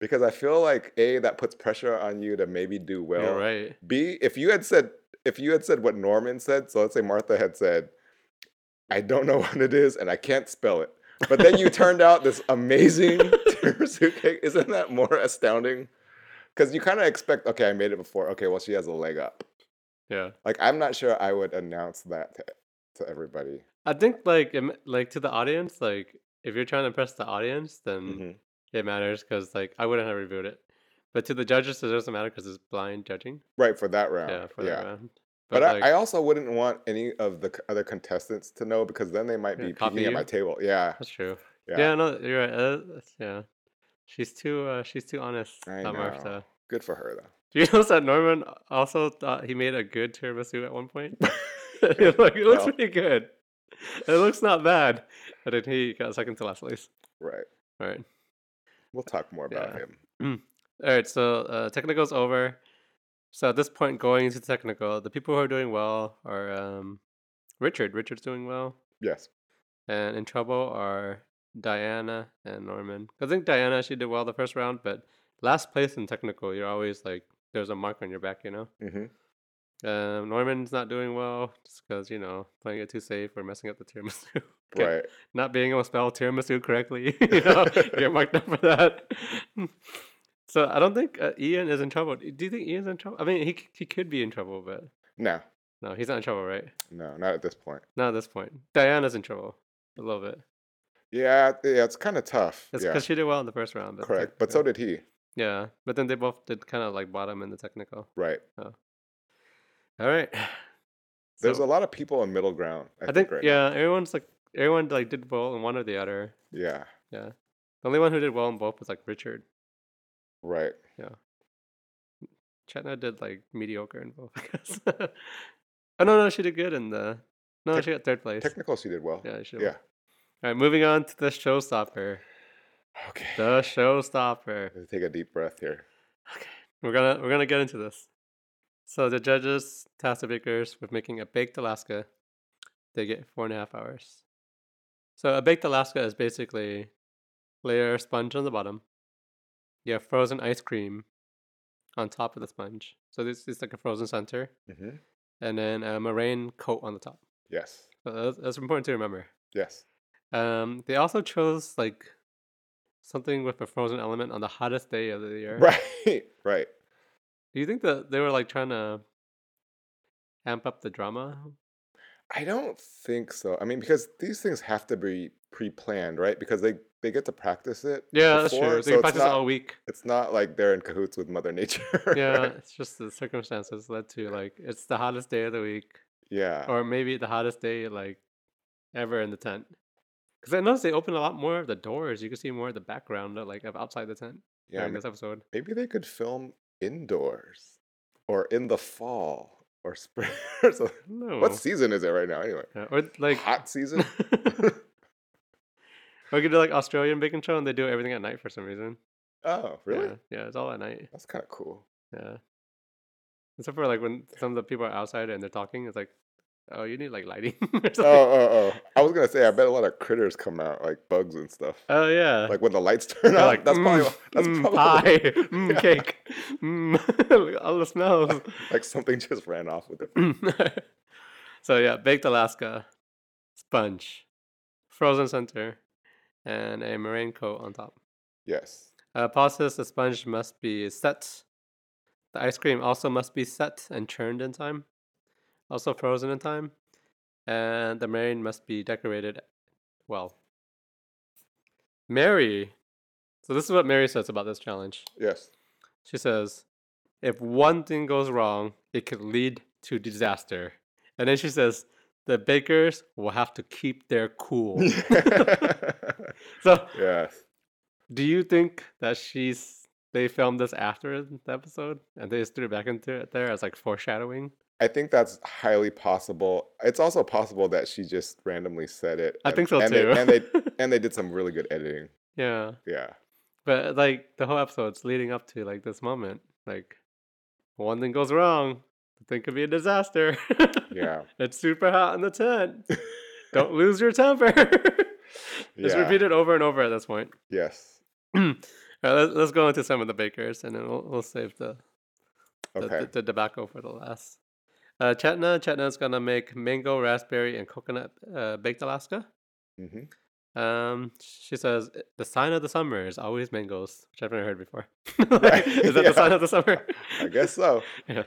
[SPEAKER 1] Because I feel like A, that puts pressure on you to maybe do well.
[SPEAKER 2] You're right.
[SPEAKER 1] B, if you had said if you had said what Norman said, so let's say Martha had said, "I don't know what it is and I can't spell it," but then you turned out this amazing tiramisu cake. Isn't that more astounding? Because you kind of expect, okay, I made it before. Okay, well, she has a leg up.
[SPEAKER 2] Yeah.
[SPEAKER 1] Like I'm not sure I would announce that to, to everybody.
[SPEAKER 2] I think like im- like to the audience, like if you're trying to impress the audience, then
[SPEAKER 1] Mhm.
[SPEAKER 2] it matters because like I wouldn't have reviewed it. But to the judges, it doesn't matter because it's blind judging.
[SPEAKER 1] Right for that round.
[SPEAKER 2] Yeah, for that round.
[SPEAKER 1] Oh, But, I,
[SPEAKER 2] like,
[SPEAKER 1] I also wouldn't want any of the c- other contestants to know because then they might
[SPEAKER 2] Yeah,
[SPEAKER 1] be
[SPEAKER 2] copy
[SPEAKER 1] peeking at my
[SPEAKER 2] you.
[SPEAKER 1] table. Yeah,
[SPEAKER 2] that's true.
[SPEAKER 1] Yeah.
[SPEAKER 2] Yeah. no, you're right. Uh, that's- yeah, she's too uh, she's too honest.
[SPEAKER 1] I
[SPEAKER 2] that
[SPEAKER 1] know.
[SPEAKER 2] Martha.
[SPEAKER 1] good for her though.
[SPEAKER 2] Do you notice that Norman also thought he made a good tiramisu at one point? He's like, it looks
[SPEAKER 1] Well.
[SPEAKER 2] pretty good. It looks not bad. And then he got second to last place.
[SPEAKER 1] Right.
[SPEAKER 2] All right.
[SPEAKER 1] We'll talk more about
[SPEAKER 2] Yeah.
[SPEAKER 1] him.
[SPEAKER 2] All right, so uh, technical's over. So at this point, going into technical, the people who are doing well are um, Richard. Richard's doing well,
[SPEAKER 1] Yes.
[SPEAKER 2] and in trouble are Diana and Norman. I think Diana she did well the first round, but last place in technical, you're always like there's a mark on your back, you know.
[SPEAKER 1] hmm
[SPEAKER 2] Um, Norman's not doing well just because you know playing it too safe or messing up the tiramisu. Okay.
[SPEAKER 1] Right.
[SPEAKER 2] not being able to spell tiramisu correctly. you know, get marked up for that. so I don't think uh, Ian is in trouble. Do you think Ian's in trouble? I mean, he c- he could be in trouble, but
[SPEAKER 1] No.
[SPEAKER 2] no, he's not in trouble, right?
[SPEAKER 1] No. Not at this point.
[SPEAKER 2] Not at this point. Diana's in trouble a little bit.
[SPEAKER 1] Yeah. Yeah. It's kind of tough.
[SPEAKER 2] It's
[SPEAKER 1] yeah.
[SPEAKER 2] because she did well in the first round. But
[SPEAKER 1] Correct. But so
[SPEAKER 2] technical-
[SPEAKER 1] did he.
[SPEAKER 2] yeah. But then they both did kind of like bottom in the technical.
[SPEAKER 1] Right.
[SPEAKER 2] All right.
[SPEAKER 1] There's
[SPEAKER 2] So,
[SPEAKER 1] a lot of people in middle ground. I,
[SPEAKER 2] I think
[SPEAKER 1] right now.
[SPEAKER 2] yeah, everyone's like everyone like did well in one or the other.
[SPEAKER 1] Yeah.
[SPEAKER 2] Yeah. The only one who did well in both was like Richard.
[SPEAKER 1] Right.
[SPEAKER 2] Chetna did like mediocre in both, I guess. oh no, no, she did good in the. No,
[SPEAKER 1] Tec-
[SPEAKER 2] she got third place.
[SPEAKER 1] Technical, she did well.
[SPEAKER 2] yeah, she did
[SPEAKER 1] Yeah.
[SPEAKER 2] All right, moving on to the showstopper.
[SPEAKER 1] Okay.
[SPEAKER 2] The showstopper.
[SPEAKER 1] Let's take a deep breath here.
[SPEAKER 2] We're gonna we're gonna get into this. So the judges tasked the bakers with making a baked Alaska. They get four and a half hours. So a baked Alaska is basically layer of sponge on the bottom. You have frozen ice cream on top of the sponge. So this is like a frozen center.
[SPEAKER 1] hmm
[SPEAKER 2] and then um, a moraine coat on the top.
[SPEAKER 1] Yes.
[SPEAKER 2] So that's, that's important to remember.
[SPEAKER 1] Yes.
[SPEAKER 2] Um, they also chose like something with a frozen element on the hottest day of the year.
[SPEAKER 1] Right. Right.
[SPEAKER 2] Do you think that they were like trying to amp up the drama?
[SPEAKER 1] I don't think so. I mean, because these things have to be pre-planned, right? Because they they get to practice it.
[SPEAKER 2] Yeah, that's
[SPEAKER 1] before,
[SPEAKER 2] true. They
[SPEAKER 1] so it's
[SPEAKER 2] practiced
[SPEAKER 1] not,
[SPEAKER 2] all week.
[SPEAKER 1] It's not like they're in cahoots with Mother Nature. right?
[SPEAKER 2] Yeah, it's just the circumstances led to like it's the hottest day of the week,
[SPEAKER 1] Yeah.
[SPEAKER 2] or maybe the hottest day like ever in the tent. Because I noticed they opened a lot more of the doors. You can see more of the background, uh, like of outside the tent
[SPEAKER 1] yeah.
[SPEAKER 2] during this episode.
[SPEAKER 1] Maybe they could film indoors or in the fall or spring. or something.
[SPEAKER 2] No,
[SPEAKER 1] What season is it right now, anyway?
[SPEAKER 2] Yeah, or Oh. like
[SPEAKER 1] Hot season?
[SPEAKER 2] Or you could do like Australian bacon show and they do everything at night for some reason.
[SPEAKER 1] oh, really?
[SPEAKER 2] Yeah, yeah, it's all at night.
[SPEAKER 1] That's kind of cool.
[SPEAKER 2] Yeah. Except for like when some of the people are outside and they're talking, it's like, oh, you need like lighting. or something.
[SPEAKER 1] Oh, oh, oh. I was gonna say, I bet a lot of critters come out, like bugs and stuff.
[SPEAKER 2] Oh, yeah.
[SPEAKER 1] Like when the lights turn
[SPEAKER 2] They're
[SPEAKER 1] off.
[SPEAKER 2] like,
[SPEAKER 1] that's probably
[SPEAKER 2] "Mm,
[SPEAKER 1] that's
[SPEAKER 2] mm,
[SPEAKER 1] probably
[SPEAKER 2] pie, mm, cake, mm, all the smells.
[SPEAKER 1] like something just ran off with it.
[SPEAKER 2] so yeah, baked Alaska, sponge, frozen center, and a meringue coat on top.
[SPEAKER 1] Yes.
[SPEAKER 2] Uh, Paul says the sponge must be set. The ice cream also must be set and churned in time, also frozen in time, and the meringue must be decorated well. Mary, so this is what Mary says about this challenge.
[SPEAKER 1] Yes.
[SPEAKER 2] She says, if one thing goes wrong, it could lead to disaster. And then she says, the bakers will have to keep their cool. so,
[SPEAKER 1] yes.
[SPEAKER 2] do you think that she's they filmed this after the episode and they just threw it back into it there as like foreshadowing?
[SPEAKER 1] I think that's highly possible. It's also possible that she just randomly said it.
[SPEAKER 2] I
[SPEAKER 1] and-
[SPEAKER 2] think so
[SPEAKER 1] and
[SPEAKER 2] too.
[SPEAKER 1] They, and they and they did some really good editing.
[SPEAKER 2] yeah,
[SPEAKER 1] Yeah.
[SPEAKER 2] but like the whole episode's leading up to like this moment. Like, one thing goes wrong, the thing could be a disaster.
[SPEAKER 1] Yeah.
[SPEAKER 2] It's super hot in the tent. Don't lose your temper.
[SPEAKER 1] Yeah.
[SPEAKER 2] Just repeat it over and over at this point.
[SPEAKER 1] Yes.
[SPEAKER 2] All right, let's, let's go into some of the bakers and then we'll, we'll save the, the,
[SPEAKER 1] Okay.
[SPEAKER 2] the, the tobacco for the last. Uh, Chetna, Chetna's gonna make mango, raspberry, and coconut uh, baked Alaska.
[SPEAKER 1] Mhm.
[SPEAKER 2] Um, she says "I- the sign of the summer is always mangoes, which I've never heard before.
[SPEAKER 1] Right,
[SPEAKER 2] is that the
[SPEAKER 1] yeah.
[SPEAKER 2] sign of the summer?
[SPEAKER 1] I guess so.
[SPEAKER 2] Yeah.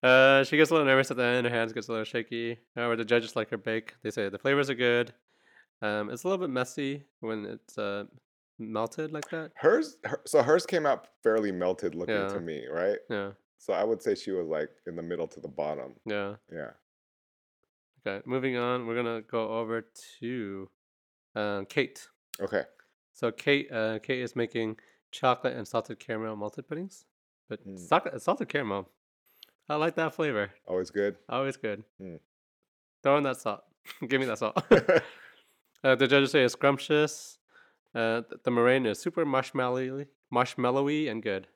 [SPEAKER 2] Uh, she gets a little nervous at the end. Her hands gets a little shaky. However, the judges like her bake. They say the flavors are good. Um, it's a little bit messy when it's uh, melted like that.
[SPEAKER 1] Hers, her, so hers came out fairly melted looking
[SPEAKER 2] Yeah.
[SPEAKER 1] to me, right?
[SPEAKER 2] Yeah,
[SPEAKER 1] So I would say she was like in the middle to the bottom.
[SPEAKER 2] yeah.
[SPEAKER 1] Yeah.
[SPEAKER 2] Okay, moving on. We're gonna go over to um, Kate.
[SPEAKER 1] Okay.
[SPEAKER 2] So Kate, uh, Kate is making chocolate and salted caramel malted puddings, but
[SPEAKER 1] Mm.
[SPEAKER 2] salted, salted caramel. I like that flavor.
[SPEAKER 1] Always good.
[SPEAKER 2] Always good.
[SPEAKER 1] Mm.
[SPEAKER 2] Throw in that salt. Give me that salt. Uh, the judges say it's scrumptious. Uh, th- the meringue is super marshmallowy, marshmallowy and good.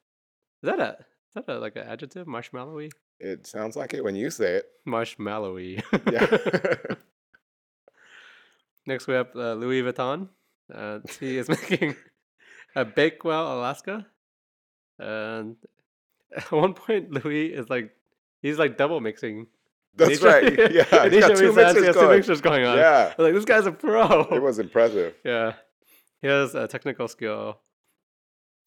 [SPEAKER 2] Is that a is that a, like an adjective? Marshmallowy,
[SPEAKER 1] it sounds like it when you say it.
[SPEAKER 2] marshmallowy.
[SPEAKER 1] Yeah.
[SPEAKER 2] Next we have uh, Louis Vuitton. Uh, he is making a Bakewell, Alaska. And at one point, Louis is like he's like double mixing. In
[SPEAKER 1] That's
[SPEAKER 2] each-
[SPEAKER 1] right. Yeah.
[SPEAKER 2] in
[SPEAKER 1] it's
[SPEAKER 2] each
[SPEAKER 1] got
[SPEAKER 2] of
[SPEAKER 1] two
[SPEAKER 2] his ads, he
[SPEAKER 1] mixers
[SPEAKER 2] has two
[SPEAKER 1] going.
[SPEAKER 2] mixers going on.
[SPEAKER 1] Yeah.
[SPEAKER 2] I was like "Oh." this guy's a pro.
[SPEAKER 1] It was impressive.
[SPEAKER 2] Yeah. He has a technical skill.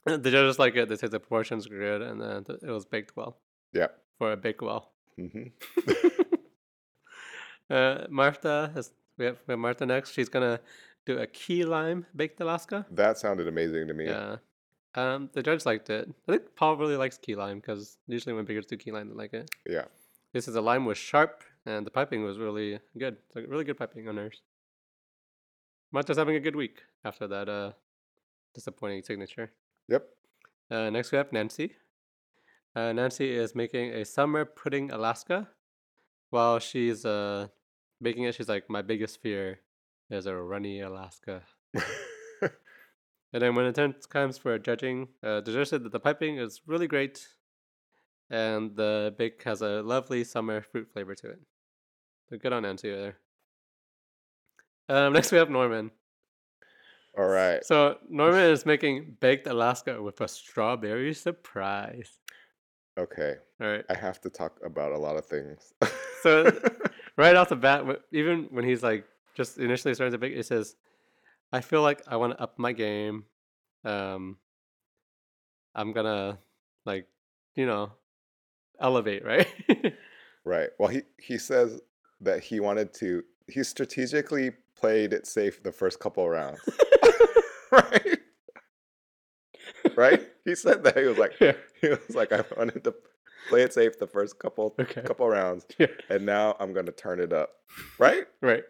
[SPEAKER 2] The judges like it. They say the proportions are good and then th- it was baked well.
[SPEAKER 1] Yeah.
[SPEAKER 2] For a bake well.
[SPEAKER 1] hmm
[SPEAKER 2] uh, Martha, is, we, have, we have Martha next. She's going to do a key lime baked Alaska.
[SPEAKER 1] That sounded amazing to me.
[SPEAKER 2] Yeah. Um, the judge liked it. I think Paul really likes key lime because usually when bakers do key lime, they like it.
[SPEAKER 1] Yeah.
[SPEAKER 2] This is the lime was sharp and the piping was really good. It's like really good piping on hers. Martha's having a good week after that uh, disappointing signature.
[SPEAKER 1] Yep.
[SPEAKER 2] Uh, next we have Nancy. Uh, Nancy is making a summer pudding Alaska. While she's uh, making it, she's like, "My biggest fear is a runny Alaska." And then when it turns comes for judging, uh, the judge said that the piping is really great, and the bake has a lovely summer fruit flavor to it. So good on Nancy there. Um, next we have Norman.
[SPEAKER 1] All right.
[SPEAKER 2] So Norman is making baked Alaska with a strawberry surprise.
[SPEAKER 1] Okay.
[SPEAKER 2] All right.
[SPEAKER 1] I have to talk about a lot of things.
[SPEAKER 2] So right off the bat, wh- even when he's like just initially starting to bake, it says, "I feel like I want to up my game. Um, I'm gonna like, you know, elevate, right?
[SPEAKER 1] right. Well, he he says that he wanted to. He strategically played it safe the first couple rounds. right. Right. He said that he was like
[SPEAKER 2] yeah.
[SPEAKER 1] he was like I wanted to play it safe the first couple
[SPEAKER 2] Okay.
[SPEAKER 1] couple rounds,
[SPEAKER 2] Yeah.
[SPEAKER 1] and now I'm gonna turn it up. Right.
[SPEAKER 2] Right.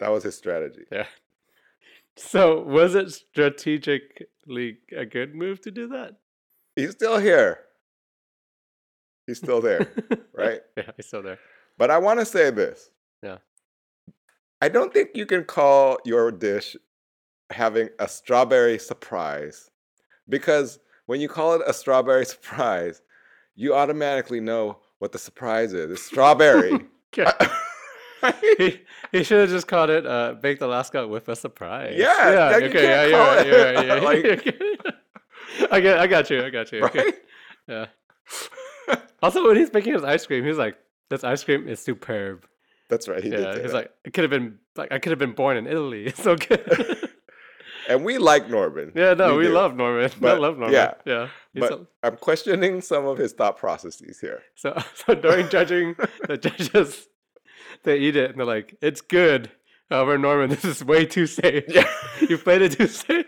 [SPEAKER 1] That was his strategy.
[SPEAKER 2] Yeah. So was it strategically a good move to do that?
[SPEAKER 1] He's still here. He's still there. Right.
[SPEAKER 2] Yeah, he's still there.
[SPEAKER 1] But I want to say this.
[SPEAKER 2] Yeah.
[SPEAKER 1] I don't think you can call your dish having a strawberry surprise because when you call it a strawberry surprise, you automatically know what the surprise is. It's strawberry.
[SPEAKER 2] Okay. he, he should have just called it uh, "Baked Alaska with a Surprise."
[SPEAKER 1] Yeah, that- you can't call
[SPEAKER 2] you're
[SPEAKER 1] it-
[SPEAKER 2] right, you're right, you're right. I get, I got you, I got you. okay.
[SPEAKER 1] right?
[SPEAKER 2] Yeah. Also, when he's making his ice cream, he's like, "This ice cream is superb."
[SPEAKER 1] That's right. He did.
[SPEAKER 2] yeah,
[SPEAKER 1] say
[SPEAKER 2] he's
[SPEAKER 1] that.
[SPEAKER 2] like, "It could have been like I could have been born in Italy. It's so good."
[SPEAKER 1] and we like Norman.
[SPEAKER 2] yeah, no, we,
[SPEAKER 1] do.
[SPEAKER 2] love Norman.
[SPEAKER 1] But,
[SPEAKER 2] I love Norman.
[SPEAKER 1] yeah,
[SPEAKER 2] Yeah, yeah. He's
[SPEAKER 1] But
[SPEAKER 2] so-
[SPEAKER 1] I'm questioning some of his thought processes here.
[SPEAKER 2] So, so during judging, the judges they eat it and they're like, "It's good." However, Norman, this is way too safe.
[SPEAKER 1] Yeah.
[SPEAKER 2] you played it too safe.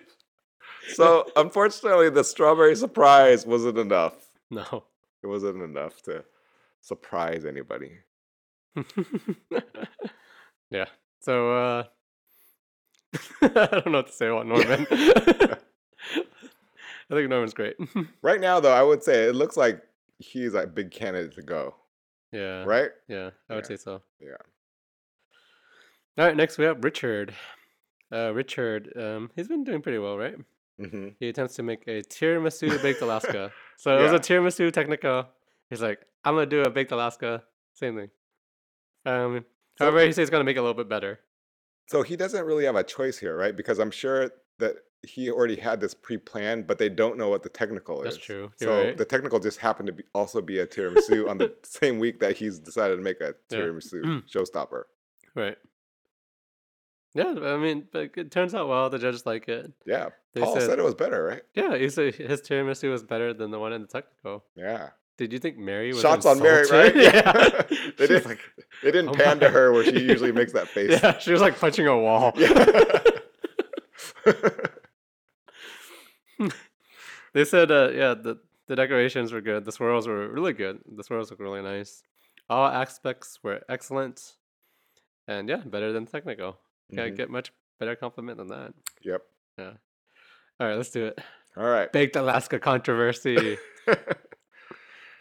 [SPEAKER 1] So unfortunately, the strawberry surprise wasn't enough.
[SPEAKER 2] No.
[SPEAKER 1] It wasn't enough to surprise anybody.
[SPEAKER 2] yeah. So uh, I don't know what to say about Norman. I think Norman's great.
[SPEAKER 1] Right now, though, I would say it looks like he's a big candidate to go.
[SPEAKER 2] yeah.
[SPEAKER 1] Right?
[SPEAKER 2] Yeah, I would
[SPEAKER 1] Yeah.
[SPEAKER 2] say so.
[SPEAKER 1] Yeah.
[SPEAKER 2] All right. Next we have Richard. Uh, Richard, um, he's been doing pretty well, right?
[SPEAKER 1] Mm-hmm.
[SPEAKER 2] He attempts to make a tiramisu baked Alaska. So it was
[SPEAKER 1] Yeah.
[SPEAKER 2] a tiramisu technico. He's like, I'm gonna do a baked Alaska. Same thing. Um,
[SPEAKER 1] So-
[SPEAKER 2] however, he says he's gonna make it a little bit better.
[SPEAKER 1] So he doesn't really have a choice here, right? Because I'm sure that he already had this pre-planned, but they don't know what the technical
[SPEAKER 2] That's
[SPEAKER 1] is.
[SPEAKER 2] true. You're
[SPEAKER 1] So
[SPEAKER 2] right.
[SPEAKER 1] the technical just happened to be also be a tiramisu on the same week that he's decided to make a
[SPEAKER 2] Yeah.
[SPEAKER 1] tiramisu
[SPEAKER 2] Mm.
[SPEAKER 1] showstopper.
[SPEAKER 2] Right. Yeah, I mean, but it turns out well. The judges like it.
[SPEAKER 1] Yeah,
[SPEAKER 2] They
[SPEAKER 1] Paul
[SPEAKER 2] said,
[SPEAKER 1] said, it was better, right?
[SPEAKER 2] yeah, he said his tiramisu was better than the one in the technical.
[SPEAKER 1] Yeah.
[SPEAKER 2] Did you think Mary was
[SPEAKER 1] Shots on Mary, right?
[SPEAKER 2] insulted? yeah.
[SPEAKER 1] they
[SPEAKER 2] She's
[SPEAKER 1] didn't.
[SPEAKER 2] like-
[SPEAKER 1] they didn't
[SPEAKER 2] "Oh
[SPEAKER 1] pan
[SPEAKER 2] my."
[SPEAKER 1] to her where she usually makes that face.
[SPEAKER 2] yeah, Oh. she was like punching a wall. They said, uh, yeah, the, the decorations were good. The swirls were really good. The swirls look really nice. All aspects were excellent. And yeah, better than technical. Can't
[SPEAKER 1] Mhm.
[SPEAKER 2] get much better compliment than that.
[SPEAKER 1] Yep.
[SPEAKER 2] All right, let's do it.
[SPEAKER 1] All right.
[SPEAKER 2] Baked Alaska controversy.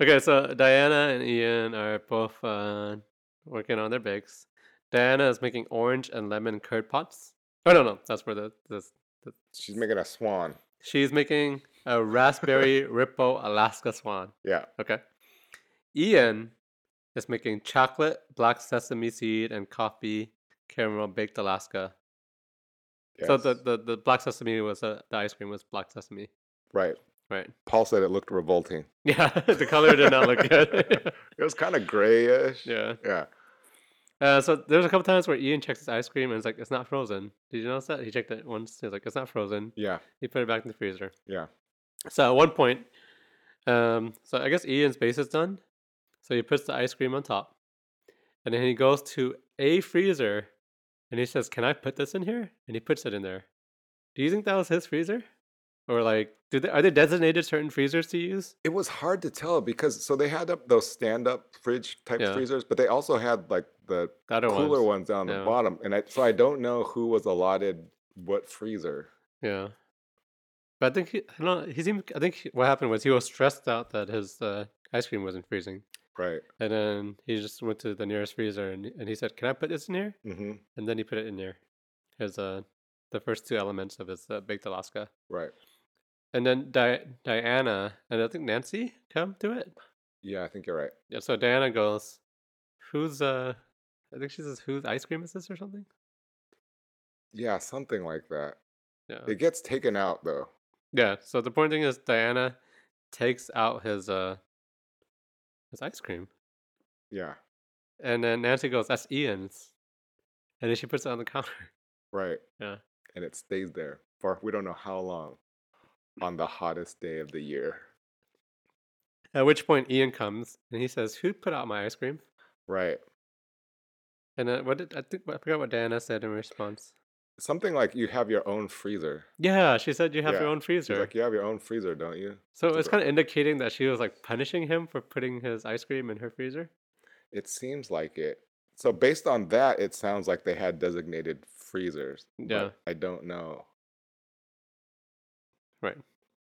[SPEAKER 2] Okay, so Diana and Ian are both uh, working on their bakes. Diana is making orange and lemon curd pots. Oh no, no, that's where the, the, the
[SPEAKER 1] She's making a swan.
[SPEAKER 2] she's making a raspberry ripple Alaska swan.
[SPEAKER 1] Yeah.
[SPEAKER 2] Okay, Ian is making chocolate, black sesame seed, and coffee caramel baked Alaska. So the,
[SPEAKER 1] yes.
[SPEAKER 2] the the black sesame was uh, the ice cream was black sesame,
[SPEAKER 1] right.
[SPEAKER 2] right?
[SPEAKER 1] Paul said it looked revolting.
[SPEAKER 2] Yeah, the color did not look good.
[SPEAKER 1] It was kind of grayish.
[SPEAKER 2] yeah.
[SPEAKER 1] Yeah.
[SPEAKER 2] Uh, so there's a couple times where Ian checks his ice cream and it's like it's not frozen. Did you notice that? He checked it once. He's like it's not frozen.
[SPEAKER 1] Yeah.
[SPEAKER 2] He put it back in the freezer.
[SPEAKER 1] Yeah.
[SPEAKER 2] So at one point, um, so I guess Ian's base is done. So he puts the ice cream on top, and then he goes to a freezer, and he says, "Can I put this in here?" And he puts it in there. Do you think that was his freezer, or like, do they are they designated certain freezers to use?
[SPEAKER 1] It was hard to tell because so they had up those stand up fridge type
[SPEAKER 2] Yeah.
[SPEAKER 1] freezers, but they also had like the
[SPEAKER 2] The other
[SPEAKER 1] cooler ones
[SPEAKER 2] ones.
[SPEAKER 1] down
[SPEAKER 2] Yeah.
[SPEAKER 1] the bottom. And I, so I don't know who was allotted what freezer.
[SPEAKER 2] Yeah. But I think he, I don't. He seemed. I think he- what happened was he was stressed out that his uh, ice cream wasn't freezing,
[SPEAKER 1] Right.
[SPEAKER 2] and then he just went to the nearest freezer and, and he said, "Can I put this in here?"
[SPEAKER 1] Mm-hmm.
[SPEAKER 2] And then he put it in there, his uh, the first two elements of his uh, baked Alaska,
[SPEAKER 1] Right.
[SPEAKER 2] and then Di- Diana and I think Nancy come to it.
[SPEAKER 1] Yeah, I think you're right.
[SPEAKER 2] Yeah. So Diana goes, "Who's uh?" I think she says, "Whose ice cream is this?" or something.
[SPEAKER 1] Yeah, something like that.
[SPEAKER 2] Yeah.
[SPEAKER 1] It gets taken out though.
[SPEAKER 2] Yeah. So the point thing is Diana takes out his uh his ice cream.
[SPEAKER 1] Yeah.
[SPEAKER 2] And then Nancy goes, "That's Ian's," and then she puts it on the counter.
[SPEAKER 1] Right.
[SPEAKER 2] Yeah.
[SPEAKER 1] And it stays there for we don't know how long on the hottest day of the year.
[SPEAKER 2] At which point Ian comes and he says, "Who put out my ice cream?"
[SPEAKER 1] Right.
[SPEAKER 2] And then what did I think? I forgot what Diana said in response.
[SPEAKER 1] Something like you have your own freezer.
[SPEAKER 2] Yeah, she said you have
[SPEAKER 1] Yeah,
[SPEAKER 2] your own
[SPEAKER 1] She's
[SPEAKER 2] freezer.
[SPEAKER 1] like, you have your own freezer, don't you?
[SPEAKER 2] so it's
[SPEAKER 1] a-
[SPEAKER 2] kind of indicating that she was like punishing him for putting his ice cream in her freezer.
[SPEAKER 1] It seems like it. So based on that, it sounds like they had designated freezers. but
[SPEAKER 2] Yeah.
[SPEAKER 1] I don't know.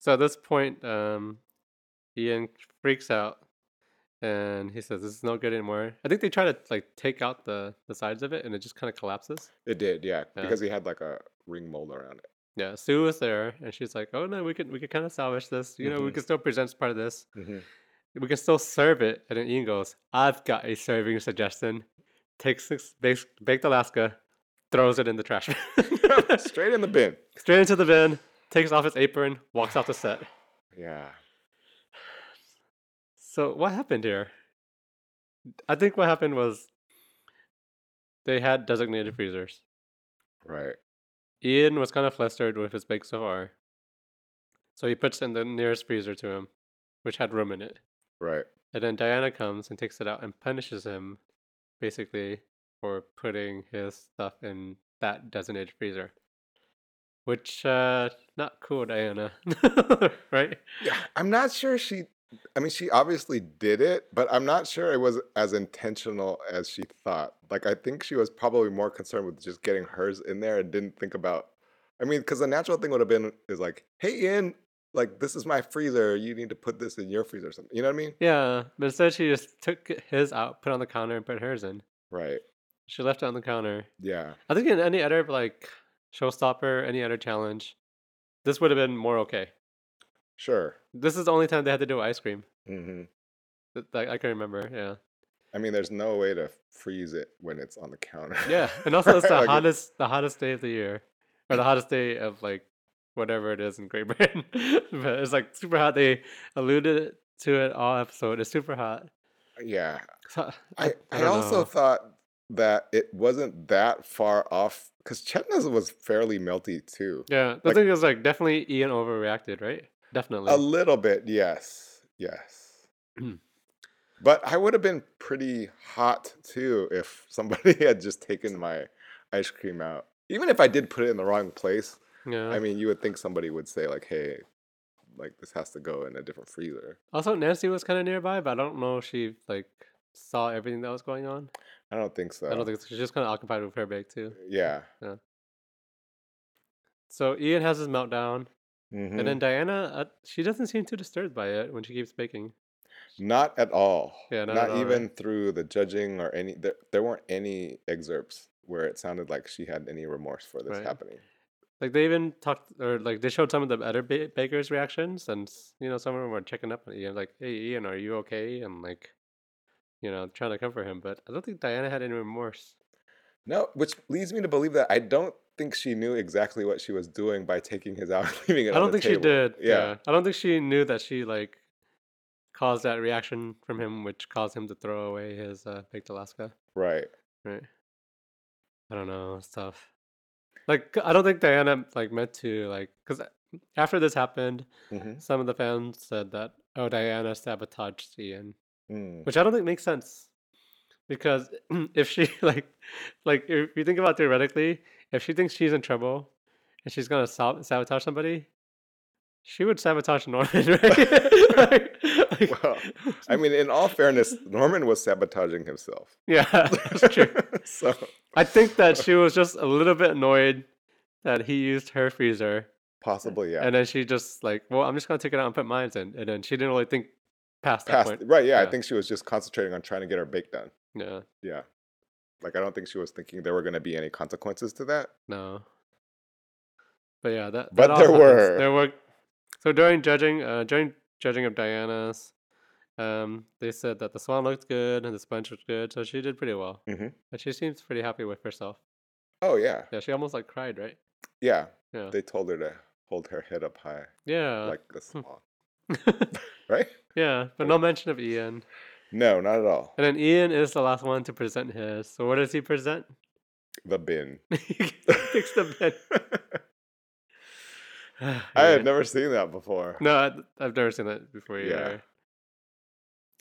[SPEAKER 2] So at this point, um, Ian freaks out and he says, "This is no good anymore." I think they try to like take out the the sides of it, and it just kind of collapses.
[SPEAKER 1] It did, yeah,
[SPEAKER 2] Yeah.
[SPEAKER 1] because he had like a ring mold around it.
[SPEAKER 2] Yeah, Sue was there, and she's like, "Oh no, we could we could kind of salvage this. You know, we
[SPEAKER 1] Mhm.
[SPEAKER 2] could still present part of this." we can still serve it. And then Ian goes, I've got a serving suggestion. Takes this baked, baked Alaska, throws it in the trash. bin.
[SPEAKER 1] Straight in the bin.
[SPEAKER 2] Straight into the bin, takes off his apron, walks off the set.
[SPEAKER 1] Yeah.
[SPEAKER 2] So what happened here? I think what happened was they had designated freezers.
[SPEAKER 1] Right.
[SPEAKER 2] Ian was kind of flustered with his baked so far. So he puts in the nearest freezer to him, which had room in it.
[SPEAKER 1] Right.
[SPEAKER 2] And then Diana comes and takes it out and punishes him, basically, for putting his stuff in that designated freezer. Which, uh, not cool, Diana. right?
[SPEAKER 1] Yeah. I'm not sure she. I mean, she obviously did it, but I'm not sure it was as intentional as she thought. Like, I think she was probably more concerned with just getting hers in there and didn't think about. I mean, because the natural thing would have been is like, hey, Ian, like this is my freezer. You need to put this in your freezer or something. You know what I mean?
[SPEAKER 2] Yeah, but instead she just took his out, put it on the counter, and put hers in.
[SPEAKER 1] Right.
[SPEAKER 2] She left it on the counter.
[SPEAKER 1] Yeah.
[SPEAKER 2] I think in any other, like, showstopper, any other challenge, this would have been more okay.
[SPEAKER 1] Sure.
[SPEAKER 2] This is the only time they had to do ice cream
[SPEAKER 1] hmm
[SPEAKER 2] that that I can remember, yeah.
[SPEAKER 1] I mean, there's no way to freeze it when it's on the counter.
[SPEAKER 2] Yeah, and also it's the
[SPEAKER 1] Like,
[SPEAKER 2] hottest the hottest day of the year, or the hottest day of like whatever it is in Great Britain. but it's like super hot. They alluded to it all episode. It's super hot.
[SPEAKER 1] Yeah.
[SPEAKER 2] So-
[SPEAKER 1] I,
[SPEAKER 2] I
[SPEAKER 1] I,
[SPEAKER 2] don't
[SPEAKER 1] also
[SPEAKER 2] know.
[SPEAKER 1] thought that it wasn't that far off because Chetna's was fairly melty too.
[SPEAKER 2] yeah, the
[SPEAKER 1] Like-
[SPEAKER 2] thing is like definitely Ian overreacted, right? Definitely.
[SPEAKER 1] A little bit, yes. Yes.
[SPEAKER 2] Mm.
[SPEAKER 1] but I would have been pretty hot too if somebody had just taken my ice cream out. Even if I did put it in the wrong place,
[SPEAKER 2] yeah.
[SPEAKER 1] I mean, you would think somebody would say, like, hey, like this has to go in a different freezer.
[SPEAKER 2] also, Nancy was kind of nearby, but I don't know if she like saw everything that was going on.
[SPEAKER 1] I don't think so.
[SPEAKER 2] I don't think so. she's just kind of occupied with her bake too.
[SPEAKER 1] Yeah.
[SPEAKER 2] So Ian has his meltdown,
[SPEAKER 1] Mhm.
[SPEAKER 2] and then Diana, uh, she doesn't seem too disturbed by it when she keeps baking.
[SPEAKER 1] Not at all.
[SPEAKER 2] Yeah, not
[SPEAKER 1] not,
[SPEAKER 2] at all, eh? right.
[SPEAKER 1] even through the judging or any. There, there weren't any excerpts where it sounded like she had any remorse for this
[SPEAKER 2] Right.
[SPEAKER 1] happening.
[SPEAKER 2] Like they even talked, or like they showed some of the other ba- bakers' reactions, and s- you know some of them were checking up on Ian, like, "Hey, Ian, are you okay?" and like, you know, trying to comfort him. But I don't think Diana had any remorse.
[SPEAKER 1] No, which leads me to believe that I don't think she knew exactly what she was doing by taking his out and leaving it.
[SPEAKER 2] I
[SPEAKER 1] on
[SPEAKER 2] don't
[SPEAKER 1] the
[SPEAKER 2] think she
[SPEAKER 1] table.
[SPEAKER 2] did.
[SPEAKER 1] Yeah.
[SPEAKER 2] I don't think she knew that she like caused that reaction from him, which caused him to throw away his uh, baked Alaska.
[SPEAKER 1] Right.
[SPEAKER 2] Right. I don't know. It's tough. Like I don't think Diana like meant to like because after this happened,
[SPEAKER 1] Mhm.
[SPEAKER 2] some of the fans said that oh Diana sabotaged Ian.
[SPEAKER 1] Mm.
[SPEAKER 2] which I don't think makes sense because if she like like if you think about theoretically, if she thinks she's in trouble and she's gonna sab- sabotage somebody, she would sabotage Norman, right? Like- like-
[SPEAKER 1] Well, I mean, in all fairness, Norman was sabotaging himself.
[SPEAKER 2] yeah, that's true.
[SPEAKER 1] so
[SPEAKER 2] I think that she was just a little bit annoyed that he used her freezer,
[SPEAKER 1] possibly, yeah.
[SPEAKER 2] and then she just like, well, I'm just gonna take it out and put mine in, and then she didn't really think past that
[SPEAKER 1] Past,
[SPEAKER 2] point.
[SPEAKER 1] right. yeah,
[SPEAKER 2] yeah.
[SPEAKER 1] I think she was just concentrating on trying to get her bake done.
[SPEAKER 2] Yeah,
[SPEAKER 1] Yeah. Like I don't think she was thinking there were going to be any consequences to that.
[SPEAKER 2] No. But yeah, that. that
[SPEAKER 1] But
[SPEAKER 2] all
[SPEAKER 1] there
[SPEAKER 2] happens.
[SPEAKER 1] were.
[SPEAKER 2] There were. So during judging, uh, during judging of Diana's, um, they said that the swan looked good and the sponge looked good, so she did pretty well,
[SPEAKER 1] Mhm.
[SPEAKER 2] and she seems pretty happy with herself.
[SPEAKER 1] Oh yeah,
[SPEAKER 2] Yeah, she almost like cried, right?
[SPEAKER 1] yeah.
[SPEAKER 2] Yeah. Uh,
[SPEAKER 1] They told her to hold her head up high,
[SPEAKER 2] Yeah.
[SPEAKER 1] like the swan, right?
[SPEAKER 2] yeah, but no mention of Ian.
[SPEAKER 1] No, not at all.
[SPEAKER 2] And then Ian is the last one to present his. So what does he present?
[SPEAKER 1] The bin.
[SPEAKER 2] he takes the bed.
[SPEAKER 1] I had never seen that before.
[SPEAKER 2] No, I- I've never seen that before
[SPEAKER 1] Yeah.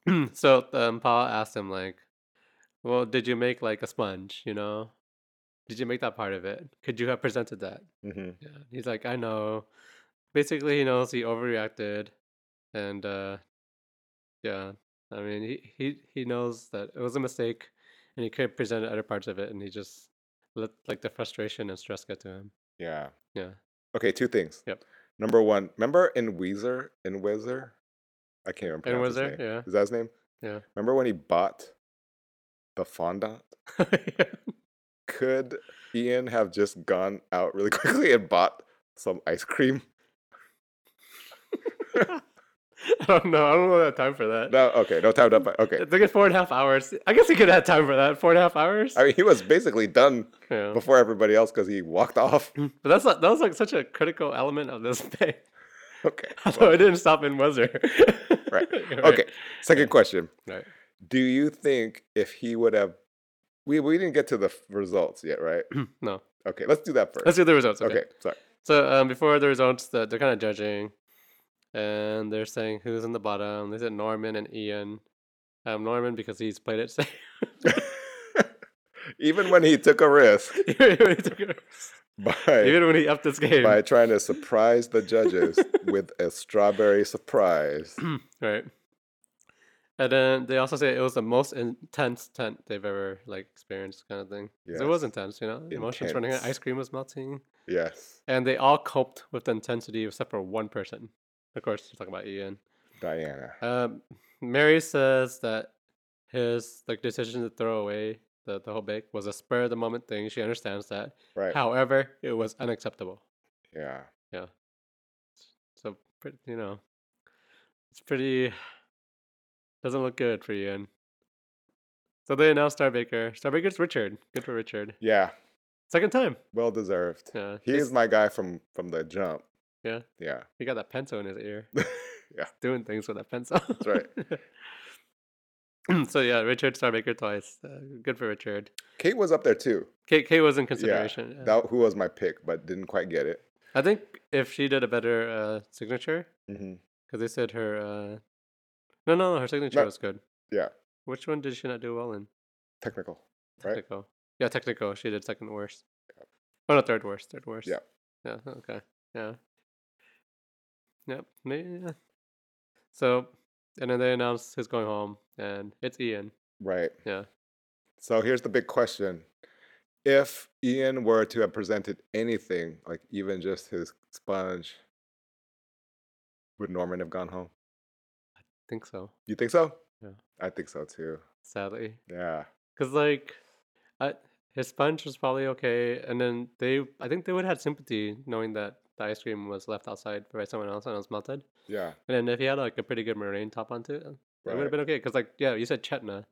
[SPEAKER 2] either. so um, Paul asked him like, "Well, did you make like a sponge? You know, did you make that part of it? Could you have presented that?"
[SPEAKER 1] hmm
[SPEAKER 2] Yeah. He's like, "I know." Basically, he knows he overreacted, and uh, yeah, I mean, he he he knows that it was a mistake, and he could have presented other parts of it, and he just let like the frustration and stress get to him.
[SPEAKER 1] Yeah.
[SPEAKER 2] Yeah.
[SPEAKER 1] Okay, two things.
[SPEAKER 2] Yep.
[SPEAKER 1] Number one, remember in Weezer, in Weezer, I can't even
[SPEAKER 2] And
[SPEAKER 1] pronounce
[SPEAKER 2] was
[SPEAKER 1] his
[SPEAKER 2] there?
[SPEAKER 1] name.
[SPEAKER 2] Yeah.
[SPEAKER 1] Is that his name?
[SPEAKER 2] Yeah.
[SPEAKER 1] Remember when he bought the fondant? Could Ian have just gone out really quickly and bought some ice cream?
[SPEAKER 2] I don't know. I don't know that time for that.
[SPEAKER 1] No, okay, no time to up. Okay,
[SPEAKER 2] It took us four and a half hours. I guess he could have had time for that. Four and a half hours.
[SPEAKER 1] I mean he was basically done
[SPEAKER 2] Yeah. Mm.
[SPEAKER 1] before everybody else because he walked off.
[SPEAKER 2] But that's not, that was like such a critical element of this day.
[SPEAKER 1] Okay,
[SPEAKER 2] Although it didn't stop in was there.
[SPEAKER 1] Right.
[SPEAKER 2] Yeah, right.
[SPEAKER 1] okay. Second question:
[SPEAKER 2] Right.
[SPEAKER 1] Do you think if he would have, we we didn't get to the f- results yet, right?
[SPEAKER 2] No.
[SPEAKER 1] Okay, let's do that 1st
[SPEAKER 2] Let's do the results.
[SPEAKER 1] okay. sorry.
[SPEAKER 2] So um, before the results, the, they're kind of judging, and they're saying who's in the bottom. They said Norman and Ian. Um, Norman because he's played it safe.
[SPEAKER 1] Even when he took a risk
[SPEAKER 2] Even when he took a risk,
[SPEAKER 1] by
[SPEAKER 2] even when he upped his game.
[SPEAKER 1] by trying to surprise the judges with a strawberry surprise.
[SPEAKER 2] Right. And then they also say it was the most intense tent they've ever like experienced, kind of thing. 'Cause It was
[SPEAKER 1] Yes.
[SPEAKER 2] intense, you know. Emotions running out,
[SPEAKER 1] Intense.
[SPEAKER 2] ice cream was melting,
[SPEAKER 1] Yes,
[SPEAKER 2] and they all coped with the intensity except for one person. Of course, you're talking about Ian.
[SPEAKER 1] Diana.
[SPEAKER 2] Um, Mary says that his like decision to throw away the, the whole bake was a spur of the moment thing. She understands that.
[SPEAKER 1] Right.
[SPEAKER 2] However, it was unacceptable.
[SPEAKER 1] Yeah.
[SPEAKER 2] So pretty, you know, it's pretty. Doesn't look good for Ian. So they announced Starbaker. Starbaker's Richard. Good for Richard.
[SPEAKER 1] Yeah.
[SPEAKER 2] Second time.
[SPEAKER 1] Well deserved.
[SPEAKER 2] Yeah.
[SPEAKER 1] He
[SPEAKER 2] he's-
[SPEAKER 1] is my guy from from the jump.
[SPEAKER 2] Yeah.
[SPEAKER 1] Yeah.
[SPEAKER 2] He got that pencil in his ear.
[SPEAKER 1] Yeah.
[SPEAKER 2] He's doing things with that pencil. That's
[SPEAKER 1] right.
[SPEAKER 2] so yeah, Richard Starbaker twice. Uh, good for Richard.
[SPEAKER 1] Kate was up there too.
[SPEAKER 2] Kate, Kate was in consideration. yeah.
[SPEAKER 1] That who was my pick, but didn't quite get it.
[SPEAKER 2] I think if she did a better uh, signature,
[SPEAKER 1] Mm-hmm.
[SPEAKER 2] because they said her. Uh... No, no, no, her signature
[SPEAKER 1] No.
[SPEAKER 2] was good.
[SPEAKER 1] Yeah.
[SPEAKER 2] Which one did she not do well in?
[SPEAKER 1] Technical. Right.
[SPEAKER 2] Technical. Yeah, technical. She did second worst. Oh no, third worst. Third worst.
[SPEAKER 1] Yeah.
[SPEAKER 2] Yeah. Okay. Yeah. Yep. Maybe. Yeah. So, and then they announced who's going home, and it's Ian.
[SPEAKER 1] Right.
[SPEAKER 2] Yeah.
[SPEAKER 1] So here's the big question. If Ian were to have presented anything, like even just his sponge, would Norman have gone home?
[SPEAKER 2] think so.
[SPEAKER 1] You think so?
[SPEAKER 2] Yeah.
[SPEAKER 1] I think so too.
[SPEAKER 2] Sadly,
[SPEAKER 1] Yeah.
[SPEAKER 2] because like, I, his sponge was probably okay, and then they, I think they would have had sympathy knowing that the ice cream was left outside by someone else and it was melted.
[SPEAKER 1] Yeah.
[SPEAKER 2] And then if he had like a pretty good meringue top onto it, it would have
[SPEAKER 1] Right.
[SPEAKER 2] been okay. Because like, yeah, you said Chetna.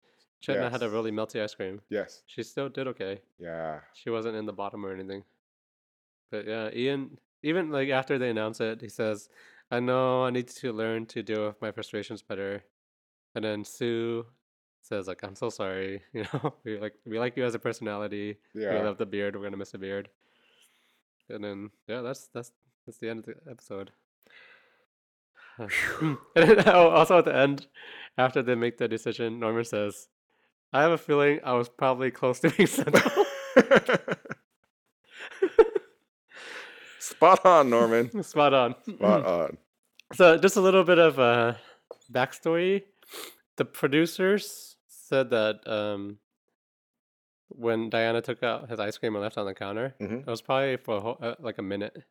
[SPEAKER 2] Chetna had a
[SPEAKER 1] Yes.
[SPEAKER 2] really melty ice cream.
[SPEAKER 1] Yes.
[SPEAKER 2] She still did okay.
[SPEAKER 1] Yeah.
[SPEAKER 2] She wasn't in the bottom or anything. But yeah, Ian, even like after they announce it, he says, I know I need to learn to deal with my frustrations better. And then Sue says, like, I'm so sorry. You know, we like we like you as a personality. We
[SPEAKER 1] Yeah.
[SPEAKER 2] love the beard. We're gonna miss the beard. And then yeah, that's that's that's the end of the episode. Uh, and then al- also at the end, after they make the decision, Norman says, "I have a feeling I was probably close to being sent home."
[SPEAKER 1] Spot on, Norman.
[SPEAKER 2] Spot on.
[SPEAKER 1] Spot on.
[SPEAKER 2] So just a little bit of uh, backstory. The producers said that um, when Diana took out his ice cream and left it on the counter,
[SPEAKER 1] Mhm.
[SPEAKER 2] it was probably for a whole, uh, like a minute.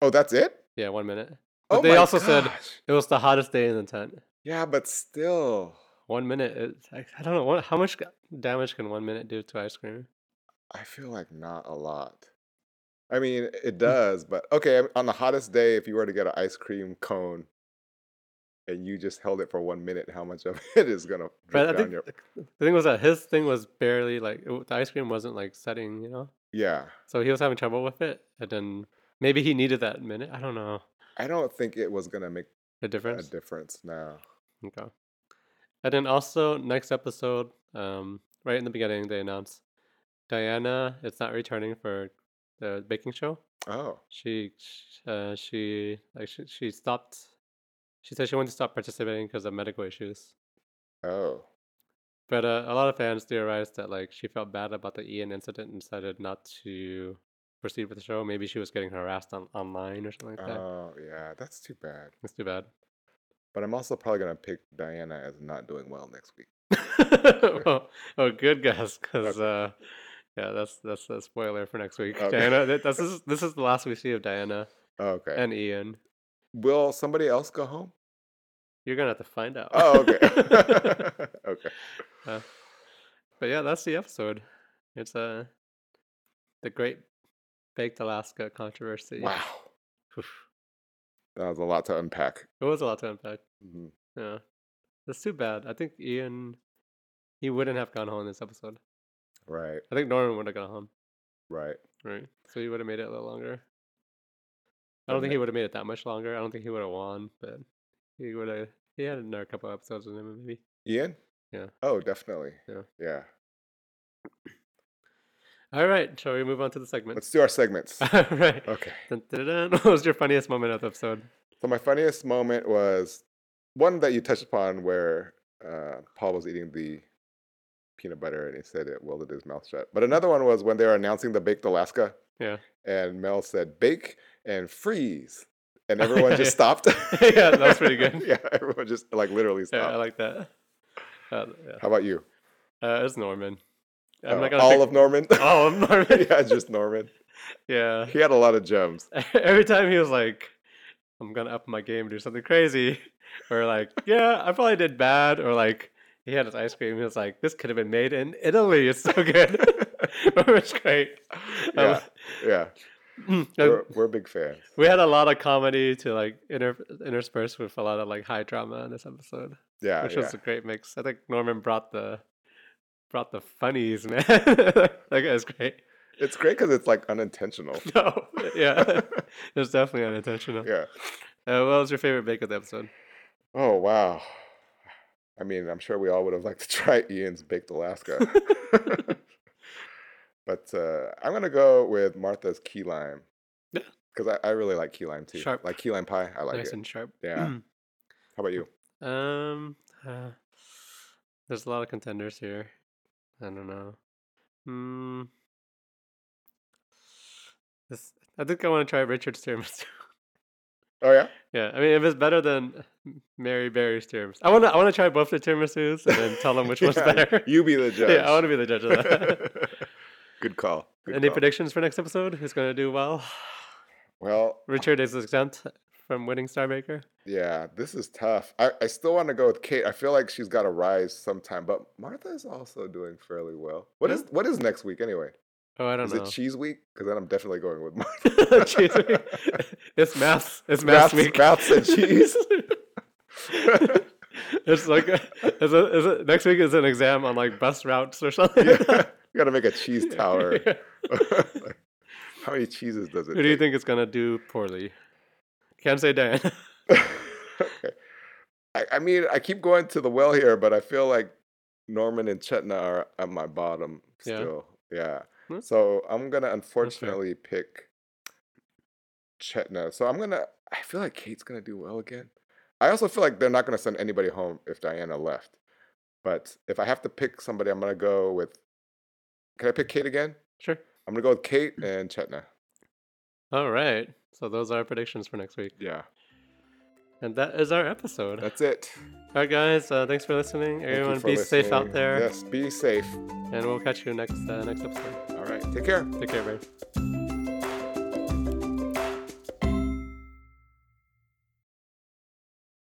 [SPEAKER 1] Oh, that's it?
[SPEAKER 2] Yeah, one minute. But
[SPEAKER 1] Oh
[SPEAKER 2] they
[SPEAKER 1] my
[SPEAKER 2] also said
[SPEAKER 1] gosh.
[SPEAKER 2] It was the hottest day in the tent.
[SPEAKER 1] Yeah, but still.
[SPEAKER 2] One minute. It, I, I don't know. What, how much g- damage can one minute do to ice cream?
[SPEAKER 1] I feel like not a lot. I mean,
[SPEAKER 2] Mm.
[SPEAKER 1] it does, but okay, I mean, on the hottest day, if you were to get an ice cream cone and you just held it for one minute, how much of it is gonna drip
[SPEAKER 2] But I
[SPEAKER 1] down
[SPEAKER 2] think
[SPEAKER 1] your
[SPEAKER 2] the thing was that his thing was barely like it, w- the ice cream wasn't like setting, you know.
[SPEAKER 1] Yeah.
[SPEAKER 2] So he was having trouble with it, and then maybe he needed that minute. I don't know
[SPEAKER 1] I don't think it was gonna make
[SPEAKER 2] the
[SPEAKER 1] a
[SPEAKER 2] difference.
[SPEAKER 1] difference now.
[SPEAKER 2] Okay. And then also next episode, um, right in the beginning, they announced Diana is not returning for the baking show.
[SPEAKER 1] Oh.
[SPEAKER 2] she sh- uh, she like she, she stopped she said she wanted to stop participating because of medical issues
[SPEAKER 1] Oh.
[SPEAKER 2] but uh, a lot of fans theorized that like she felt bad about the ian incident and decided not to proceed with the show maybe she was getting harassed on, online or something like that
[SPEAKER 1] Oh yeah, that's too bad.
[SPEAKER 2] that's too bad
[SPEAKER 1] But I'm also probably gonna pick Diana as not doing well next week.
[SPEAKER 2] oh, oh good guess because uh yeah that's that's a spoiler for next week
[SPEAKER 1] Okay.
[SPEAKER 2] diana th- this is this is the last we see of diana
[SPEAKER 1] Okay.
[SPEAKER 2] and E ian
[SPEAKER 1] Will somebody else go home?
[SPEAKER 2] you're gonna have to find out
[SPEAKER 1] Oh, okay. okay.
[SPEAKER 2] Uh, But yeah, that's the episode. It's uh the Great Baked Alaska controversy.
[SPEAKER 1] Wow.
[SPEAKER 2] Oof.
[SPEAKER 1] That was a lot to unpack.
[SPEAKER 2] It was a lot to unpack.
[SPEAKER 1] Mhm.
[SPEAKER 2] Yeah. That's too bad. I think Ian, he wouldn't have gone home this episode.
[SPEAKER 1] Right,
[SPEAKER 2] I think Norman would have gone home.
[SPEAKER 1] right.
[SPEAKER 2] Right. So he would have made it a little longer. I don't
[SPEAKER 1] Wouldn't
[SPEAKER 2] think
[SPEAKER 1] it?
[SPEAKER 2] he would have made it that much longer. I don't think he would have won, but he would have. He had another couple episodes in him, maybe.
[SPEAKER 1] Ian?
[SPEAKER 2] Yeah.
[SPEAKER 1] Oh, definitely.
[SPEAKER 2] Yeah.
[SPEAKER 1] Yeah.
[SPEAKER 2] All right. Shall we move on to the segment?
[SPEAKER 1] Let's Uh, do our segments.
[SPEAKER 2] All right.
[SPEAKER 1] Okay.
[SPEAKER 2] Dun, dun, dun, dun. What was your funniest moment of the episode?
[SPEAKER 1] So my funniest moment was one that you touched upon where uh, Paul was eating the peanut butter and he said it welded his mouth shut. But another one was when they were announcing the baked Alaska.
[SPEAKER 2] Yeah.
[SPEAKER 1] And Mel said bake and freeze. And
[SPEAKER 2] Yeah,
[SPEAKER 1] everyone just
[SPEAKER 2] yeah.
[SPEAKER 1] stopped.
[SPEAKER 2] Yeah, that was pretty good.
[SPEAKER 1] yeah, everyone just like literally
[SPEAKER 2] Yeah,
[SPEAKER 1] stopped.
[SPEAKER 2] I like that. Uh, yeah.
[SPEAKER 1] How about you?
[SPEAKER 2] Uh, it's Norman.
[SPEAKER 1] Uh,
[SPEAKER 2] I'm not gonna
[SPEAKER 1] all
[SPEAKER 2] pick-
[SPEAKER 1] of Norman?
[SPEAKER 2] all of Norman.
[SPEAKER 1] yeah, just Norman.
[SPEAKER 2] yeah.
[SPEAKER 1] He had a lot of gems.
[SPEAKER 2] Every time he was like, "I'm gonna up my game, do something crazy," or like, "Yeah, I probably did bad," or like, he had his ice cream. He was like, "This could have been made in Italy. It's so good." it was great. Um,
[SPEAKER 1] Yeah. Yeah.
[SPEAKER 2] and
[SPEAKER 1] We're, we're big fans.
[SPEAKER 2] we had a lot of comedy to like inter- intersperse with a lot of like high drama in this episode,
[SPEAKER 1] Yeah.
[SPEAKER 2] which
[SPEAKER 1] Oh, yeah.
[SPEAKER 2] was a great mix. I think Norman brought the brought the funnies, man. that guy was great.
[SPEAKER 1] It's great because it's like unintentional.
[SPEAKER 2] No, yeah, it was definitely unintentional.
[SPEAKER 1] Yeah.
[SPEAKER 2] Uh, what was your favorite bake of the episode?
[SPEAKER 1] Oh wow. I mean, I'm sure we all would have liked to try Ian's baked Alaska. but uh, I'm gonna go with Martha's key lime.
[SPEAKER 2] Yeah.
[SPEAKER 1] Because I, I really like key lime too.
[SPEAKER 2] Sharp.
[SPEAKER 1] Like key lime pie. I like
[SPEAKER 2] nice
[SPEAKER 1] it.
[SPEAKER 2] and sharp.
[SPEAKER 1] Yeah. How about you?
[SPEAKER 2] um, uh, there's a lot of contenders here. I don't know. Hmm. This, I think I want to try Richard's tiramisu.
[SPEAKER 1] Oh yeah.
[SPEAKER 2] yeah, I mean, if it's better than Mary Berry's tiramisu, I want to. I want to try both the tiramisus and then tell them which one's
[SPEAKER 1] Yeah,
[SPEAKER 2] better.
[SPEAKER 1] You be the judge.
[SPEAKER 2] yeah, I want to be the judge of that.
[SPEAKER 1] Good call. Good
[SPEAKER 2] Any
[SPEAKER 1] call.
[SPEAKER 2] predictions for next episode? Who's going to do well?
[SPEAKER 1] Well,
[SPEAKER 2] Richard is exempt from winning Star Maker.
[SPEAKER 1] yeah, this is tough. I, I still want to go with Kate. I feel like she's got to rise sometime, but Martha is also doing fairly well. What
[SPEAKER 2] Yeah.
[SPEAKER 1] is what is next week anyway?
[SPEAKER 2] Oh, I don't
[SPEAKER 1] Is
[SPEAKER 2] know.
[SPEAKER 1] it cheese week? Because then I'm definitely going with Martha.
[SPEAKER 2] cheese week. It's math. It's math
[SPEAKER 1] Maths-
[SPEAKER 2] week.
[SPEAKER 1] maths and cheese.
[SPEAKER 2] it's like a, is it, is it, next week is an exam on like bus routes or something.
[SPEAKER 1] you gotta make a cheese tower.
[SPEAKER 2] Yeah.
[SPEAKER 1] How many cheeses does it?
[SPEAKER 2] Who do you think is gonna do poorly? Can't say Dan.
[SPEAKER 1] think? okay. I, I mean, I keep going to the well here, but I feel like Norman and Chetna are at my bottom
[SPEAKER 2] Yeah.
[SPEAKER 1] still. Yeah.
[SPEAKER 2] Hmm.
[SPEAKER 1] So I'm gonna unfortunately pick Chetna. So I'm gonna. I feel like Kate's gonna do well again. I also feel like they're not gonna send anybody home if Diana left. But if I have to pick somebody, I'm gonna go with. Can I pick Kate again?
[SPEAKER 2] sure.
[SPEAKER 1] I'm gonna go with Kate and Chetna.
[SPEAKER 2] All right. So those are our predictions for next week,
[SPEAKER 1] Yeah,
[SPEAKER 2] and that is our episode.
[SPEAKER 1] that's it.
[SPEAKER 2] All right, guys. Uh, thanks for listening.
[SPEAKER 1] Thank you
[SPEAKER 2] Everyone,
[SPEAKER 1] for
[SPEAKER 2] be safe out
[SPEAKER 1] listening.
[SPEAKER 2] there,
[SPEAKER 1] Yes, be safe.
[SPEAKER 2] and we'll catch you next uh, next episode.
[SPEAKER 1] All right, take care.
[SPEAKER 2] Take care, everybody.
[SPEAKER 1] Bye.